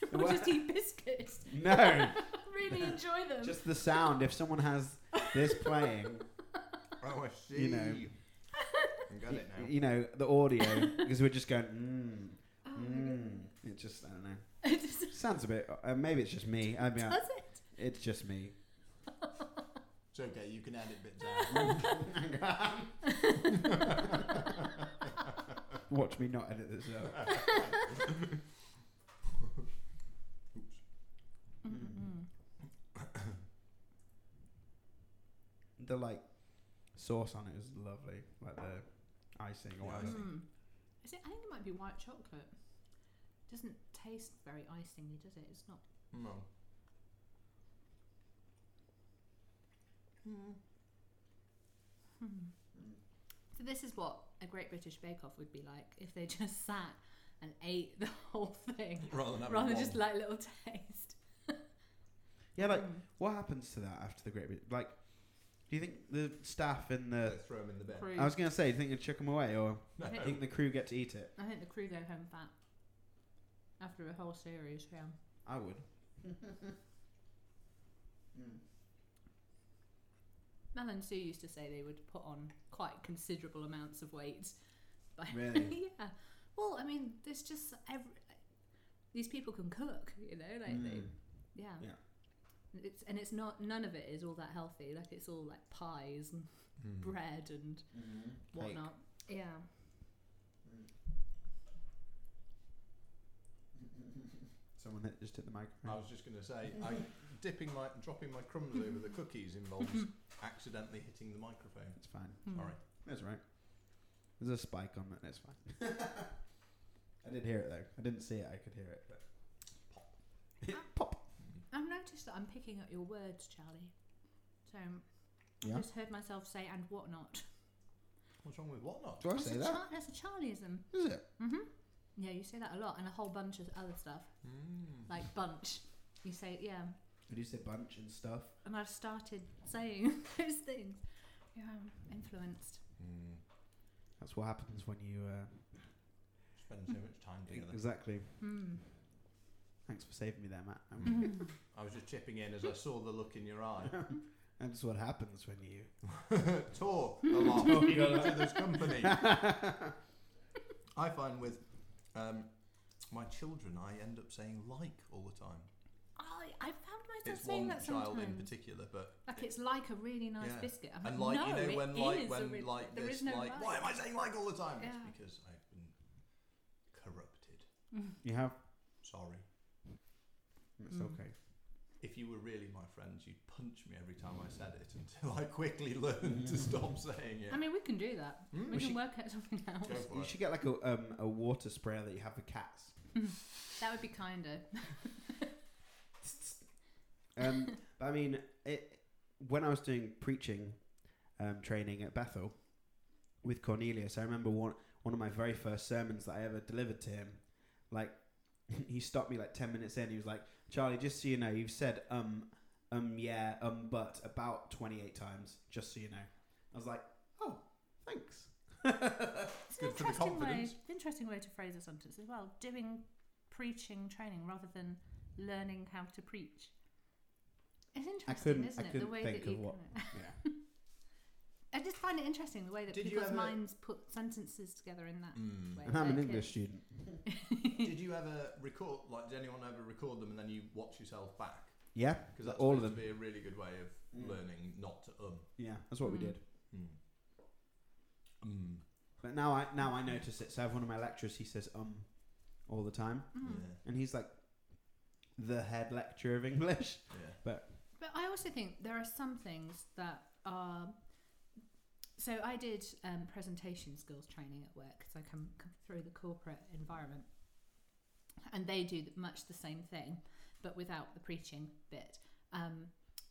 People
What?
just eat biscuits.
No,
really enjoy them.
just the sound. If someone has this playing,
Oh, I see.
You know.
I got it now.
you know, the audio, because we're just going mmm,
oh, my
mmm.
Mm.
It just, I don't know.
God. It just-
Sounds a bit. Uh, maybe it's just me. I mean, I-
does it?
it's just me.
It's okay, you can edit bits out.
Watch me not edit this out.
Mm-mm.
The like sauce on it is lovely, like the icing or
Yeah,
whatever.
icing.
Mm. Is it, I think it might be white chocolate. Doesn't taste very icingy, does it? It's not.
no.
Hmm. So this is what a Great British Bake Off would be like if they just sat and ate the whole thing
Rather than having
rather than
one.
just like little taste.
Yeah, like
Mm.
what happens to that after the Great Brit- Like, do you think the staff and
They
the
throw them in the bin.
Crew.
I was gonna say, do you think they chuck them away, or
No.
do you think the crew get to eat it?
I think the crew go home fat after a whole series. Yeah.
I would.
Mel and Sue used to say they would put on quite considerable amounts of weight. By
Really?
yeah. Well, I mean, there's just every, these people can cook, you know, like they,
Mm.
yeah.
Yeah.
It's and it's not none of it is all that healthy. Like it's all like pies and
Mm.
Hmm.
bread and Mm-hmm. whatnot. Yeah.
Someone that just hit the microphone.
I was just going to say, I, dipping my, dropping my crumbs over the cookies involves accidentally hitting the microphone.
It's fine.
Hmm.
Sorry.
That's right. There's a spike on it. That's fine. I did hear it though. I didn't see it. I could hear it. But
Ah.
pop.
I've noticed that I'm picking up your words, Charlie. So I
Yeah.
just heard myself say and whatnot.
What's wrong with whatnot?
Do I
That's
say
a
that?
Char- that's a Charlieism.
Is it?
Yeah, you say that a lot, and a whole bunch of other stuff
Mm.
like bunch. You say yeah,
Did you say bunch and stuff?
and I've started saying those things. Yeah, I'm influenced.
Mm.
That's what happens when you. Uh,
Spend so much time together.
Exactly.
Mm.
Thanks for saving me there, Matt. Um,
Mm.
I was just chipping in as I saw the look in your eye.
That's what happens when you.
Talk a lot to this company. I find with um, my children, I end up saying like all the time.
I, I found myself
It's
saying
one
that
child in
sometimes.
particular, but
Like it's like a really nice
Yeah.
biscuit. I'm
and like
no,
you
it
know when like
is a
when
re-
like
there
this
is no
like
like.
why am I saying like all the time?
Yeah.
It's because I've been corrupted.
You have.
Sorry.
It's
Mm.
okay.
If you were really my friends, you'd punch me every time I said it until I quickly learned to stop saying it.
Mm. I mean, we can do that.
Hmm?
We,
We
can
should-
work out something else.
Go for
You
it.
should get like a um, a water sprayer that you have for cats.
Mm. That would be kinder.
Um, but I mean, it, when I was doing preaching um, training at Bethel with Cornelius, I remember one one of my very first sermons that I ever delivered to him. Like, he stopped me like ten minutes in. He was like, "Charlie, just so you know, you've said um, um, yeah, um, but about twenty eight times. Just so you know." I was like, "Oh, thanks."
It's
Good
an
for the
interesting way,
confidence.
interesting way to phrase a sentence as well. Doing preaching training rather than learning how to preach. It's interesting,
couldn't-
isn't
I
it? The
couldn't
way
think
that you
of what-
can-
yeah.
I just find it interesting the way that
Did you
people's
ever-
minds put sentences together in that
Mm.
way.
And I'm an
Okay.
English student.
Did you ever record? Like, did anyone ever record them and then you watch yourself back?
Yeah,
Because that's
all of
supposed
them.
to be a really good way of
Mm.
learning not to um.
Yeah, that's what we
Mm.
did.
Mm. Mm.
But now I now I notice it. So I have one of my lecturers. He says um, all the time.
Mm.
Yeah,
and he's like the head lecturer of English.
yeah.
But I also think there are some things that are. So I did um, presentation skills training at work because I come, come through the corporate environment, and they do th- much the same thing, but without the preaching bit. Um,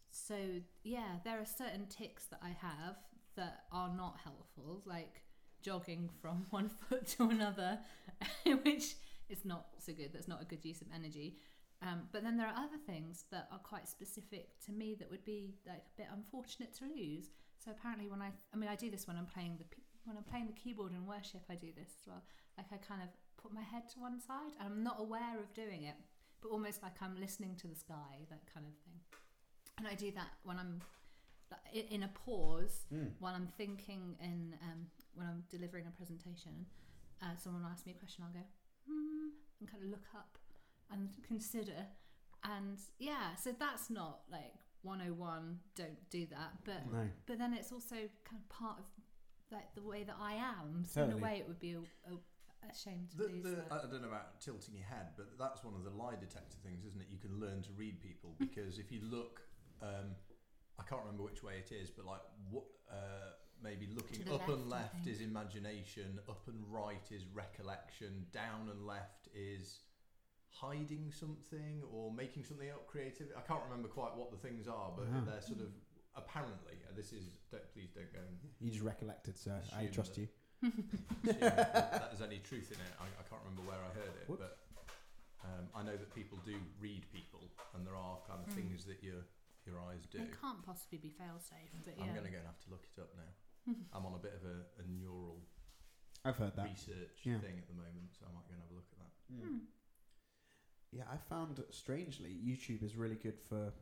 so yeah, there are certain ticks that I have that are not helpful, like jogging from one foot to another, which is not so good. That's not a good use of energy. Um, but then there are other things that are quite specific to me that would be like a bit unfortunate to lose. So apparently, when I, I mean, I do this when I'm playing the p- when I'm playing the keyboard in worship, I do this as well. Like I kind of put my head to one side, and I'm not aware of doing it, but almost like I'm listening to the sky, that kind of thing. And I do that when I'm like, i- in a pause, while I'm thinking and um, when I'm delivering a presentation, uh, someone will ask me a question, I'll go, hmm, and kind of look up and consider. And yeah, so that's not like 101, don't do that. But
No,
but then it's also kind of part of like the way that I am. So in
Totally.
a way, it would be a, a, a shame to
The,
lose
the,
that.
I I don't know about tilting your head, but that's one of the lie detector things, isn't it? You can learn to read people because if you look, um, I can't remember which way it is, but like what, uh, maybe looking
the
up and
left, I
left
think.
is imagination, up and right is recollection, down and left is hiding something or making something up creative. I can't remember quite what the things are, but
Wow.
they're sort of apparently. uh, This is don't, please don't go and
you just recollected, so I
Assume
trust
that-
you.
assume that that there's any truth in it. I, I can't remember where I heard it,
Whoops.
but um, I know that people do read people, and there are kind of
Mm.
things that your your eyes do.
They can't possibly be fail safe, but yeah. Hmm.
I'm going to go and have to look it up now. I'm on a bit of a, a neural
I've heard that.
research
Yeah.
thing at the moment, so I might go and have a look at that.
Hmm.
Mm. Yeah, I found strangely YouTube is really good for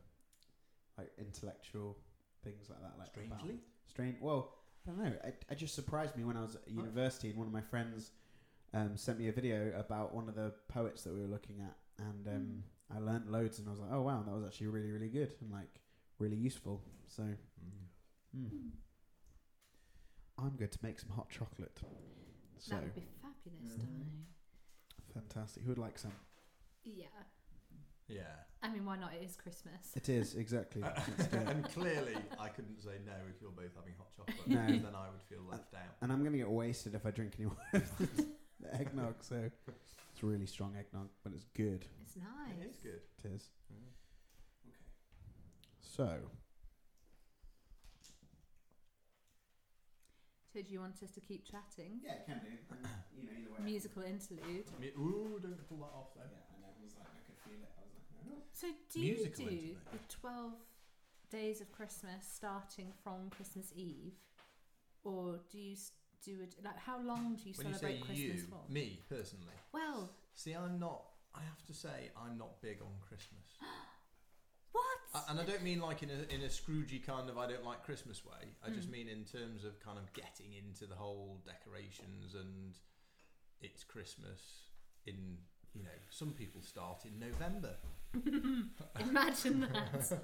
like intellectual things like that. Like about-
Strangely,
Strange. Well, I don't know. It, it just surprised me when I was at university, and one of my friends um, sent me a video about one of the poets that we were looking at, and um, I learnt loads, and I was like, oh wow, that was actually really, really good and like really useful. So
Mm.
mm.
Hmm.
I'm going to make some hot chocolate. So
that would be fabulous,
Mm.
darling.
fantastic. Who would like some?
Yeah.
yeah.
I mean, why not? It is Christmas.
It is exactly. It's good.
and clearly, I couldn't say no if you're both having hot chocolate.
No.
because Then I would feel left out.
and I'm going to get wasted if I drink any more of the the eggnog. So it's really strong eggnog, but it's good.
It's nice.
It is good.
It is.
Mm.
So
So So do you want us to keep chatting?
Yeah, it can do. And, you know, either way.
Musical interlude.
Me- Ooh, don't pull that off
Yeah, I
though.
know. I was like, I could feel it. I was like, no.
So do
Musical
you do
interlude.
the twelve days of Christmas starting from Christmas Eve, or do you s- do it? Like, how long do you
when you
celebrate
say
Christmas
you,
for?
me personally,
Well,
see, I'm not. I have to say, I'm not big on Christmas,
what?
I, and I don't mean like in a in a Scroogey kind of I don't like Christmas way. I just mean in terms of kind of getting into the whole decorations and it's Christmas in. You know, some people start in November. uh.
Imagine that.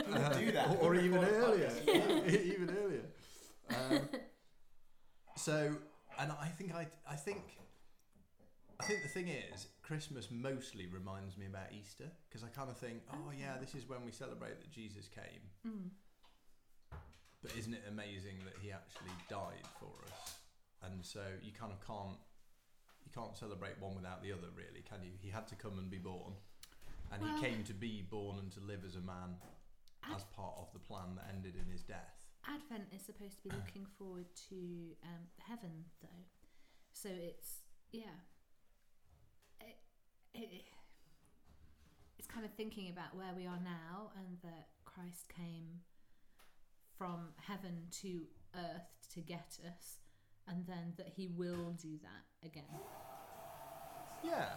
No. Don't do that.
or, or even
Record a
earlier, E,
podcast.
even earlier. Um, so, and I think I, I think, I think the thing is, Christmas mostly reminds me about Easter because I kind of think, oh yeah, this is when we celebrate that Jesus came.
Mm.
But isn't it amazing that he actually died for us? And so you kind of can't you can't celebrate one without the other, really, can you? He had to come and be born, and
Well-
he came to be born and to live as a man
I'd-
as part of the plan that ended in his death.
Advent is supposed to be looking forward to um, heaven, though. So it's yeah. It, it, it's kind of thinking about where we are now and that Christ came from heaven to earth to get us, and then that He will do that again.
Yeah,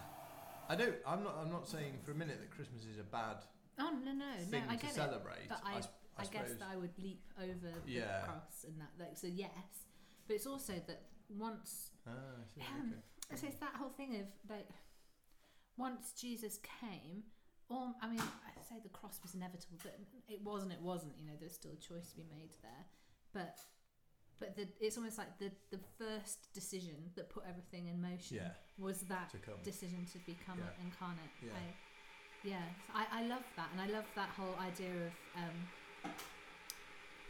I don't. I'm not. I'm not saying for a minute that Christmas is a bad
Oh no no
thing
no! I
to
get it.
celebrate.
but I-
s-
I, guess
suppose-
that I would leap over
Yeah.
the cross and that. Like, so yes, but it's also that once
Ah, I see,
Um,
okay.
So it's that whole thing of like once Jesus came, or I mean, I say the cross was inevitable, but it was and it wasn't. You know, there's still a choice to be made there, but but the, it's almost like the the first decision that put everything in motion
Yeah,
was that
to come.
decision to become
Yeah.
incarnate.
Yeah.
I, yeah, so I, I love that, and I love that whole idea of um,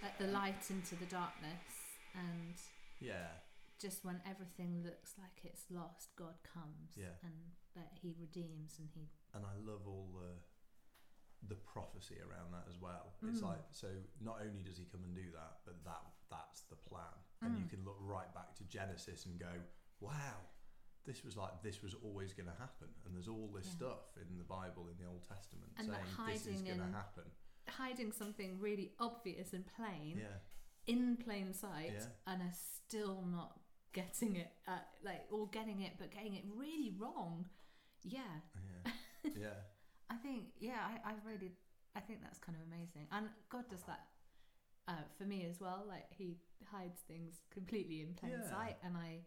uh, the light into the darkness and
Yeah,
just when everything looks like it's lost, God comes
Yeah.
and that He redeems and He.
and I love all the the prophecy around that as well. It's
Mm.
like so. Not only does he come and do that, but that that's the plan, and you
Mm.
can look right back to Genesis and go, "Wow, this was like this was always going to happen." And there's all this
Yeah.
stuff in the Bible in the Old Testament
And that
saying this is
hiding
going to
in-
happen.
Hiding something really obvious and plain
Yeah.
in plain sight
Yeah.
and are still not getting it, uh, like, or getting it, but getting it really wrong. Yeah,
Yeah. yeah.
I think, yeah, I, I really, I think that's kind of amazing. And God does that uh, for me as well. Like, He hides things completely in plain
Yeah.
sight, and I,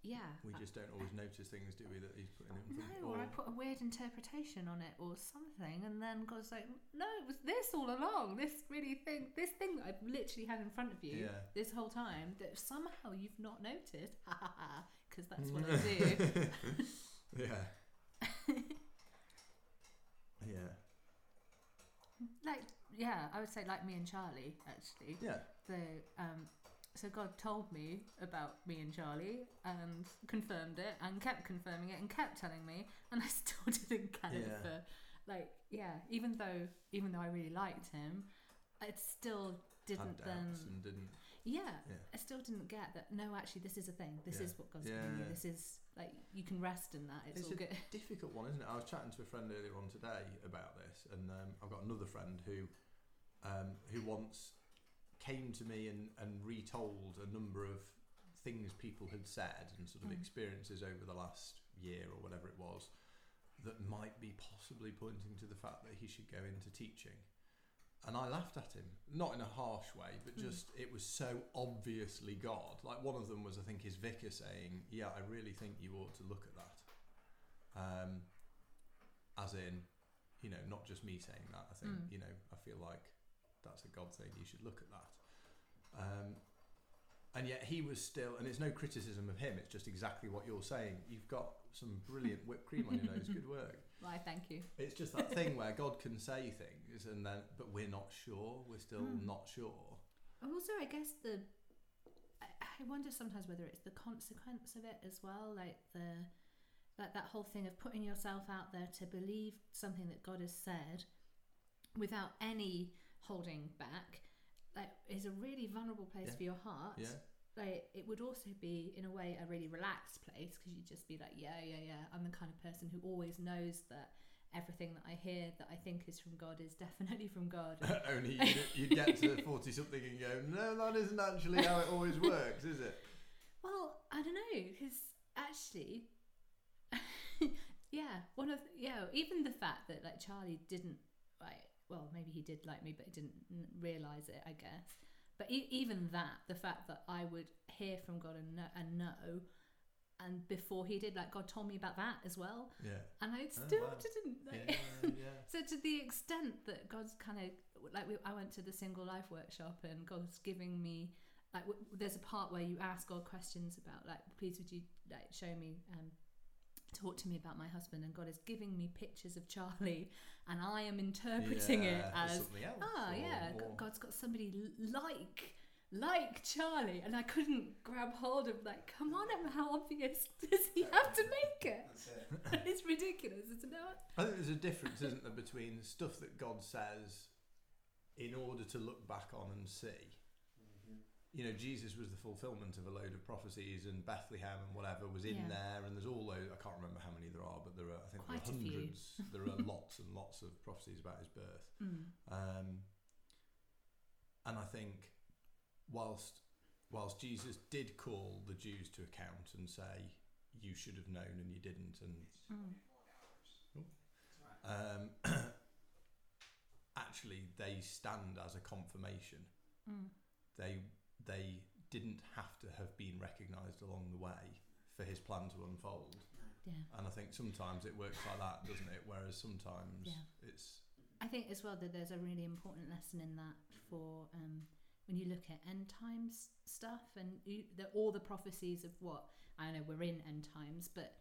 yeah.
We
I-
just don't always notice things, do we, that he's putting in front
No, or I put a weird interpretation on it or something, and then God's like, no, it was this all along. This really thing, this thing that I've literally had in front of you
Yeah.
this whole time that somehow you've not noticed, because that's what I do.
yeah. yeah.
Like, yeah, I would say like me and Charlie actually.
Yeah.
The um, so God told me about me and Charlie and confirmed it and kept confirming it and kept telling me, and I still didn't get it
Yeah.
for like yeah. Even though even though I really liked him, it still
Had
didn't then
doubts and didn't.
yeah,
Yeah.
I still didn't get that. No, actually, this is a thing. This
Yeah.
is what God's giving
Yeah.
you. This is like you can rest in that. It's,
It's
all
a-
good.
Difficult one, isn't it? I was chatting to a friend earlier on today about this, and um, I've got another friend who, um, who once came to me and, and retold a number of things people had said and sort of
Mm.
experiences over the last year or whatever it was that might be possibly pointing to the fact that he should go into teaching. And I laughed at him, not in a harsh way, but
Mm.
just it was so obviously God. Like one of them was, I think, his vicar saying, "Yeah, I really think you ought to look at that," um, as in, you know, not just me saying that. I think,
Mm.
you know, I feel like that's a God thing. You should look at that. Um, and yet he was still, and it's no criticism of him. It's just exactly what you're saying. You've got some brilliant whipped cream on your nose. Good work.
Why? Thank you.
It's just that thing where God can say things, and then but we're not sure. We're still
Mm.
not sure.
Also, I guess the I, I wonder sometimes whether it's the consequence of it as well, like the like that whole thing of putting yourself out there to believe something that God has said without any holding back, like is a really vulnerable place
Yeah.
for your heart.
Yeah,
like it would also be in a way a really relaxed place because you'd just be like yeah yeah yeah i'm the kind of person who always knows that everything that i hear that i think is from god is definitely from god
Only you you get to 40 something and go, no, that isn't actually how it always works, is it?
well i don't know because actually yeah one of yeah even the fact that like charlie didn't like well maybe he did like me but he didn't n- realize it i guess but e- even that the fact that i would hear from god and know, and know and before he did like god told me about that as well
Yeah.
and I
Oh,
still
wow.
didn't. Like,
Yeah, yeah.
so to the extent that God's kind of like we, I went to the single life workshop and God's giving me like w- there's a part where you ask God questions about like please would you like show me um talk to me about my husband and God is giving me pictures of Charlie and I am interpreting it
Yeah,
as
something else.
ah
or
yeah G-
more.
God's got somebody l- like like Charlie and I couldn't grab hold of like come on Emma how obvious does he have to make it
That's it.
it's ridiculous, isn't it?
I think there's a difference, isn't there, between stuff that God says in order to look back on and see. You know, Jesus was the fulfillment of a load of prophecies, and Bethlehem and whatever was in
Yeah.
there, and there's all those. I can't remember how many there are, but there are. I think
Quite a
there are
few.
hundreds. there are lots and lots of prophecies about his birth.
Mm,
Um, and I think whilst whilst Jesus did call the Jews to account and say, "You should have known and you didn't," and
Hmm. mm,
um, actually they stand as a confirmation.
mm.
They they didn't have to have been recognised along the way for his plan to unfold.
Yeah.
And I think sometimes it works like that, doesn't it? Whereas sometimes
Yeah.
it's
I think as well that there's a really important lesson in that for um, when you look at end times stuff and you, the, all the prophecies of what I know we're in end times, but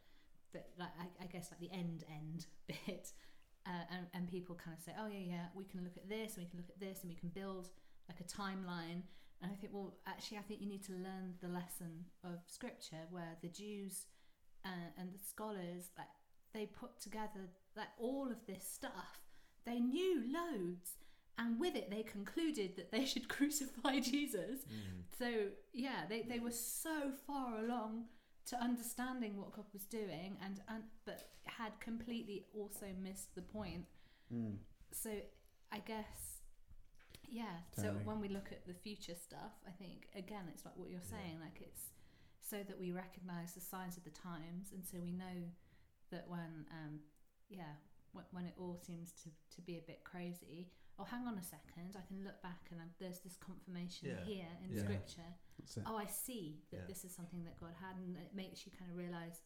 but like I, I guess like the end end bit, uh, and, and people kind of say, oh yeah yeah, we can look at this, and we can look at this, and we can build like a timeline. And I think well actually I think you need to learn the lesson of scripture where the Jews uh, and the scholars like they put together like all of this stuff they knew loads, and with it, they concluded that they should crucify Jesus.
mm,
So, yeah, they, they were so far along to understanding what God was doing, and, and but had completely also missed the point.
Mm,
So, I guess, yeah.
Totally.
So, when we look at the future stuff, I think, again, it's like what you're saying, like it's so that we recognize the signs of the times, and so we know that when, um, yeah, when, when it all seems to, to be a bit crazy, oh, hang on a second, I can look back and i there's this confirmation
Yeah.
here in
Yeah.
scripture.
That's it.
Oh, I see that
Yeah.
this is something that God had, and it makes you kind of realize,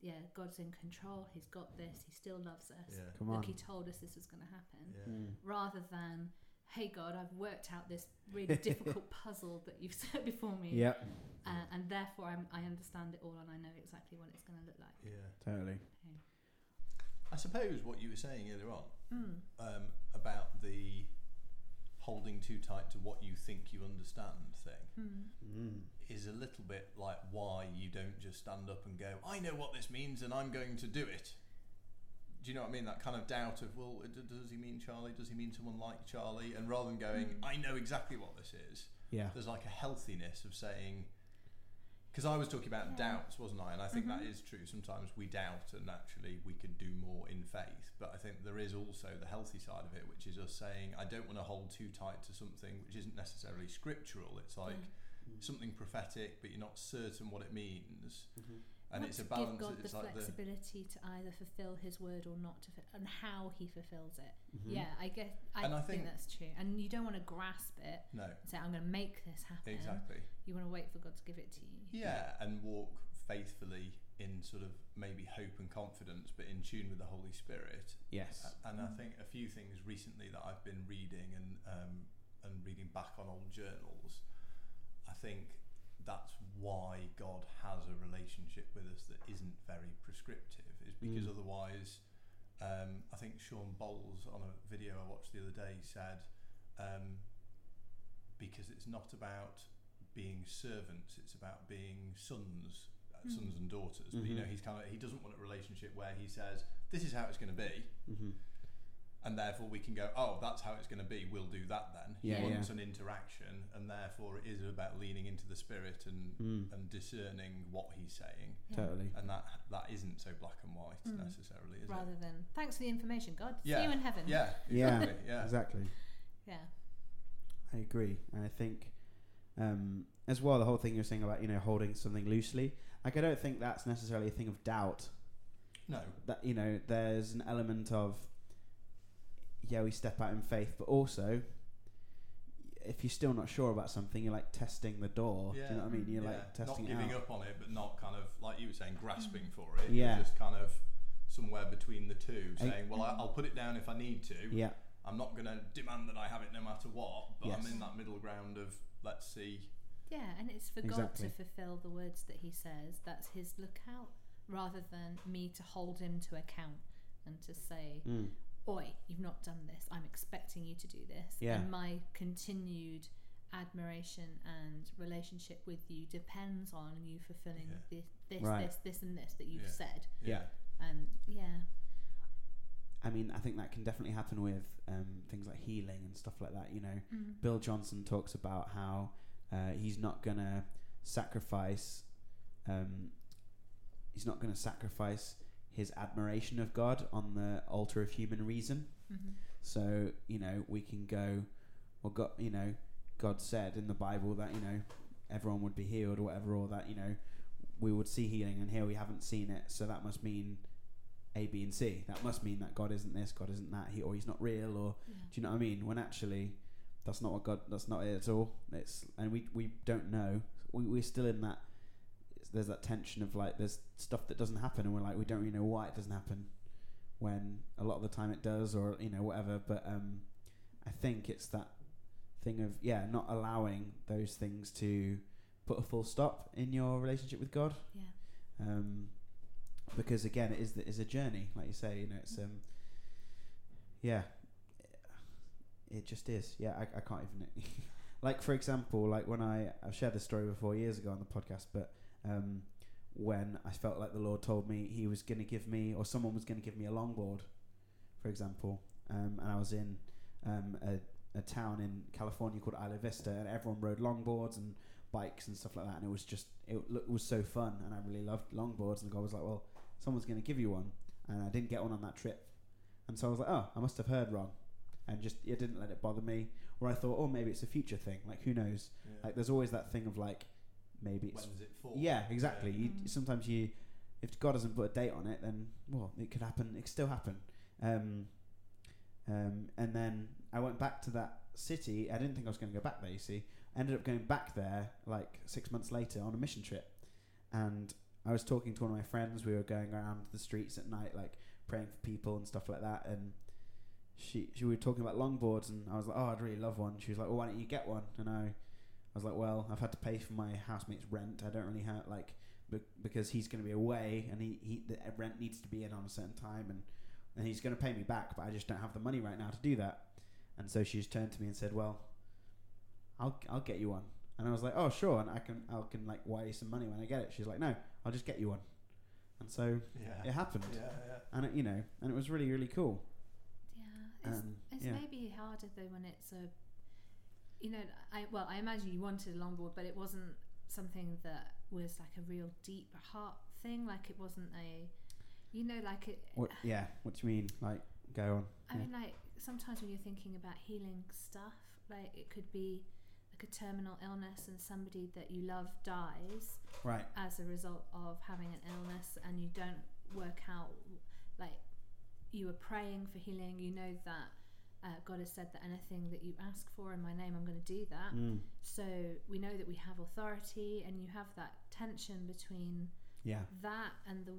yeah, God's in control, He's got this, He still loves us.
yeah.
Come on.
Look, He told us this was going to happen.
yeah.
Mm.
Rather than, hey, God, I've worked out this really difficult puzzle that you've set before me,
Yep.
uh, and therefore I'm, I understand it all and I know exactly what it's going to look like.
Yeah.
Totally.
I suppose what you were saying earlier on
Mm,
um, about the holding too tight to what you think you understand thing
Mm.
is a little bit like why you don't just stand up and go, I know what this means and I'm going to do it. Do you know what I mean? That kind of doubt of, well, d- does he mean Charlie? Does he mean someone like Charlie? And rather than going, I know exactly what this is,
Yeah.
there's like a healthiness of saying because I was talking about doubts, wasn't I? And I think that
Mm-hmm.
is true. Sometimes we doubt, and actually we could do more in faith. But I think there is also the healthy side of it, which is us saying, I don't want to hold too tight to something which isn't necessarily scriptural.
Mm-hmm.
It's like something prophetic, but you're not certain what it means. And
Mm-hmm. Not
it's a
to
balance.
Give God
it's
the
like the
flexibility to either fulfill His word or not, to, fu- and how He fulfills it. Yeah, I guess I,
And I
think,
think-
that's true. And you don't want to grasp it
no,
and say, "I'm going to make this happen."
exactly.
You want to wait for God to give it to you.
Yeah, and walk faithfully in sort of maybe hope and confidence, but in tune with the Holy Spirit.
Yes.
A- And I think a few things recently that I've been reading and um, and reading back on old journals, I think that's why God has a relationship with us that isn't very prescriptive. Is because
Mm.
otherwise, um, I think Sean Bowles on a video I watched the other day said, um, because it's not about being servants; it's about being sons, uh,
Mm.
sons and daughters. But you know,
Mhm.
he's kind of he doesn't want a relationship where he says, "This is how it's going to be."
Mm-hmm.
and therefore we can go, oh, that's how it's going to be. We'll do that then. He
Yeah,
wants
yeah.
an interaction, and therefore it is about leaning into the spirit and
Mm,
and discerning what he's saying,
Yeah.
Totally.
and that that isn't so black and white
Mm.
necessarily, is
Rather than thanks for the information, God.
Yeah.
See you in heaven.
it? Yeah,
Yeah.
exactly. Yeah,
Exactly.
Yeah.
I agree, and I think um, as well the whole thing you're saying about you know holding something loosely. Like I don't think that's necessarily a thing of doubt.
No,
That you know there's an element of yeah we step out in faith, but also if you're still not sure about something, you're like testing the door. Do you know what I mean? You're like
yeah.
testing
not
it
giving
out.
up on it, but not kind of like you were saying, grasping for it.
Yeah.
You're just kind of somewhere between the two,
I-
saying, well, I, I'll put it down if I need to.
Yeah,
I'm not going to demand that I have it no matter what, but
Yes.
I'm in that middle ground of let's see.
Yeah, and it's for
Exactly.
God to fulfill the words that He says. That's His lookout, rather than me to hold Him to account and to say,
mm.
"Oi, you've not done this. I'm expecting you to do this."
Yeah.
And my continued admiration and relationship with you depends on you fulfilling
Yeah.
this, this,
Right.
this, this, and this that you've
Yeah.
said.
Yeah.
And yeah,
I mean I think that can definitely happen with um, things like healing and stuff like that. You know,
Mm.
Bill Johnson talks about how uh, he's not gonna sacrifice. Um, he's not gonna sacrifice his admiration of God on the altar of human reason.
Mhm.
So you know we can go, well, God, you know, God said in the Bible that you know everyone would be healed or whatever, or that you know we would see healing, and here we haven't seen it. So that must mean A, B, and C. That must mean that God isn't this, God isn't that, he or he's not real, or
yeah.
do you know what I mean? When actually, that's not what God. That's not it at all. It's and we we don't know. We we're still in that. it's- There's that tension of like there's stuff that doesn't happen, and we're like we don't really know why it doesn't happen. When a lot of the time it does, or you know whatever. But um, I think it's that thing of yeah, not allowing those things to put a full stop in your relationship with God
Yeah.
um, because again, it is the, is a journey, like you say. You know, it's um, yeah, it just is. Yeah, I, I can't even. like for example, like when I I've shared this story before years ago on the podcast, but um, when I felt like the Lord told me He was going to give me, or someone was going to give me a longboard, for example, um, and I was in um, a a town in California called Isla Vista, and everyone rode longboards and bikes and stuff like that, and it was just it lo- was so fun, and I really loved longboards. And God was like, "Well, someone's going to give you one," and I didn't get one on that trip, and so I was like, "Oh, I must have heard wrong," and just it didn't let it bother me. Or I thought, "Oh, maybe it's a future thing. Like, who knows?
yeah.
Like, there's always that thing of like, maybe
when
it's
does it fall?
yeah, exactly. You,
Mm.
Sometimes you, if God doesn't put a date on it, then well, it could happen. It could still happen. Um, um, and then I went back to that city. I didn't think I was going to go back there. You see, I ended up going back there like six months later on a mission trip, and I was talking to one of my friends. We were going around the streets at night, like praying for people and stuff like that, and. She, she we were talking about longboards and I was like, oh, I'd really love one. She was like, well, why don't you get one? And I I was like, well, I've had to pay for my housemate's rent. I don't really have like be- because he's going to be away and he, he the uh, rent needs to be in on a certain time and and he's going to pay me back, but I just don't have the money right now to do that. And so she just turned to me and said, well, I'll I'll get you one. And I was like, oh sure, and I can I can like wire you some money when I get it. She's like, no, I'll just get you one. And so
Yeah.
it happened,
Yeah. yeah.
and it, you know, and it was really really cool.
Yeah. It's,
Um,
it's
yeah,
maybe harder though when it's a, you know, I well, I imagine you wanted a longboard, but it wasn't something that was like a real deep heart thing. Like it wasn't a, you know, like it.
what yeah, what do you mean? Like go on?
I
yeah.
mean, like sometimes when you're thinking about healing stuff, like it could be like a terminal illness and somebody that you love dies,
Right,
as a result of having an illness and you don't work out like you were praying for healing you know that uh, god has said that anything that you ask for in my name i'm going to do that
mm,
so we know that we have authority and you have that tension between
yeah,
that and the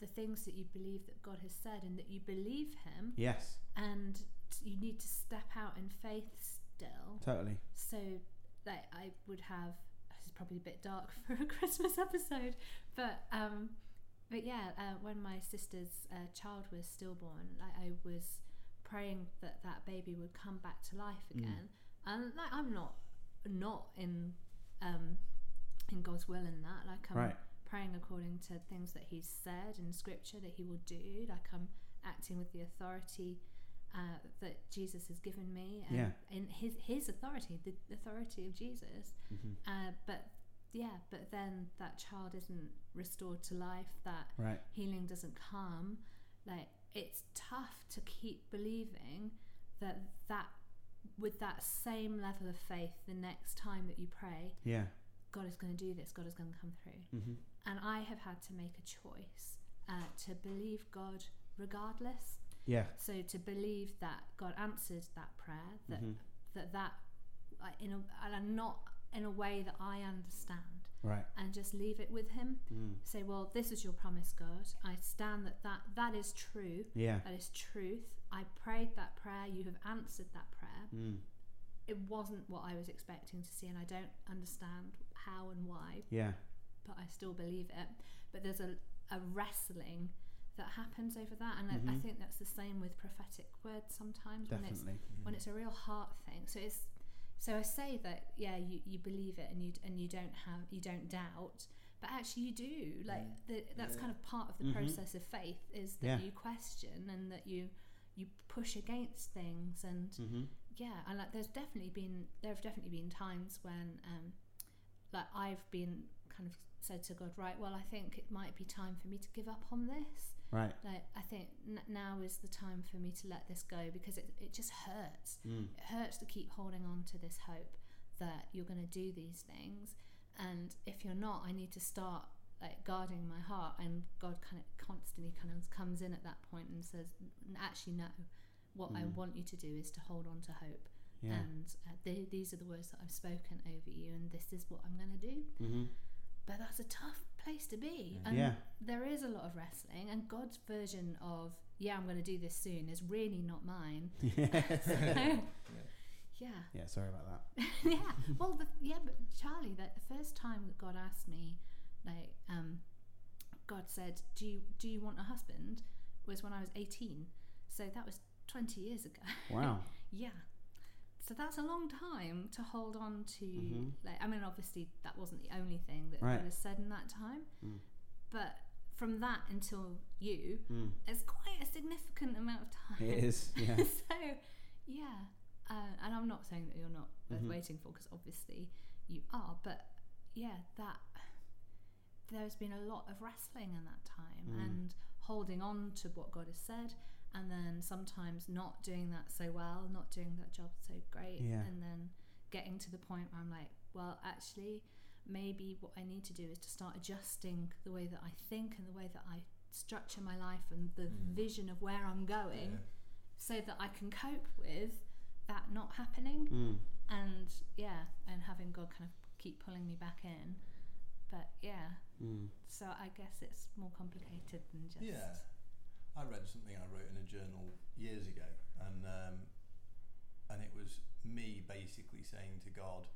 the things that you believe that god has said and that you believe him
yes,
and you need to step out in faith still
totally.
so, like, I would have. This is probably a bit dark for a Christmas episode, but um, but yeah, uh, when my sister's uh, child was stillborn, like I was praying that that baby would come back to life
Mm.
again, and like I'm not not in um in God's will in that. Like I'm
Right.
praying according to things that He's said in Scripture that He will do. Like I'm acting with the authority uh, that Jesus has given me and
Yeah.
in his his authority, the authority of Jesus.
Mhm.
Uh, but yeah, but then that child isn't restored to life. That
Right.
healing doesn't come. Like it's tough to keep believing that that with that same level of faith the next time that you pray
Yeah.
god is going to do this god is going to come through
Mm-hmm.
and I have had to make a choice uh, to believe God regardless.
Yeah.
So to believe that God answered that prayer, that
Mhm.
that that uh, in a and not in a way that I understand,
Right.
and just leave it with Him.
Mm.
Say, well, this is your promise, God. I stand that that that is true.
Yeah.
That is truth. I prayed that prayer. You have answered that prayer.
Mm.
It wasn't what I was expecting to see, and I don't understand how and why,
Yeah.
but I still believe it. But there's a, a wrestling that happens over that, and I, I
Mhm.
think that's the same with prophetic words sometimes when it's
Definitely.
when it's a real heart thing. So it's so I say that yeah, you, you believe it and you d- and you don't have you don't doubt, but actually you do. Like the, that's
Yeah.
kind of part of the
Mhm.
process of faith is that
Yeah.
you question and that you you push against things and
Mm-hmm.
yeah and like there's definitely been there have definitely been times when um like i've been kind of said to god right well i think it might be time for me to give up on this
Right.
like i think n- now is the time for me to let this go because it, it just hurts
Mm.
it hurts to keep holding on to this hope that you're going to do these things and if you're not i need to start like guarding my heart and god kind of constantly kind of comes in at that point and says "N- actually no what i
Mm.
want you to do is to hold on to hope
Yeah.
and uh, th- these are the words that i've spoken over you and this is what i'm going to do
Mm-hmm.
but that's a tough place to be
Yeah.
and
Yeah.
there is a lot of wrestling and god's version of yeah i'm going to do this soon is really not mine
yeah.
yeah
yeah. Sorry about that.
yeah. Well, the, yeah, but Charlie, that the first time that God asked me, like, um, God said, "Do you do you want a husband?" was when I was eighteen. So that was twenty years ago.
Wow.
yeah. So that's a long time to hold on to.
Mhm.
Like, I mean, obviously that wasn't the only thing that
Right.
God has said in that time,
Mm.
but from that until you,
Mm.
it's quite a significant amount of time
It is. Yeah.
so yeah uh, and i'm not saying that you're not worth
Mhm.
waiting for because obviously you are but yeah that there's been a lot of wrestling in that time
Mm.
and holding on to what god has said and then sometimes not doing that so well not doing that job so great
Yeah.
and then getting to the point where i'm like well actually maybe what i need to do is to start adjusting the way that i think and the way that i structure my life and the
Mm.
vision of where i'm going so that I can cope with that not happening
Mm.
and yeah and having God kind of keep pulling me back in but yeah
Mm.
so I guess it's more complicated than just
Yeah. I read something I wrote in a journal years ago, and um, and it was me basically saying to God,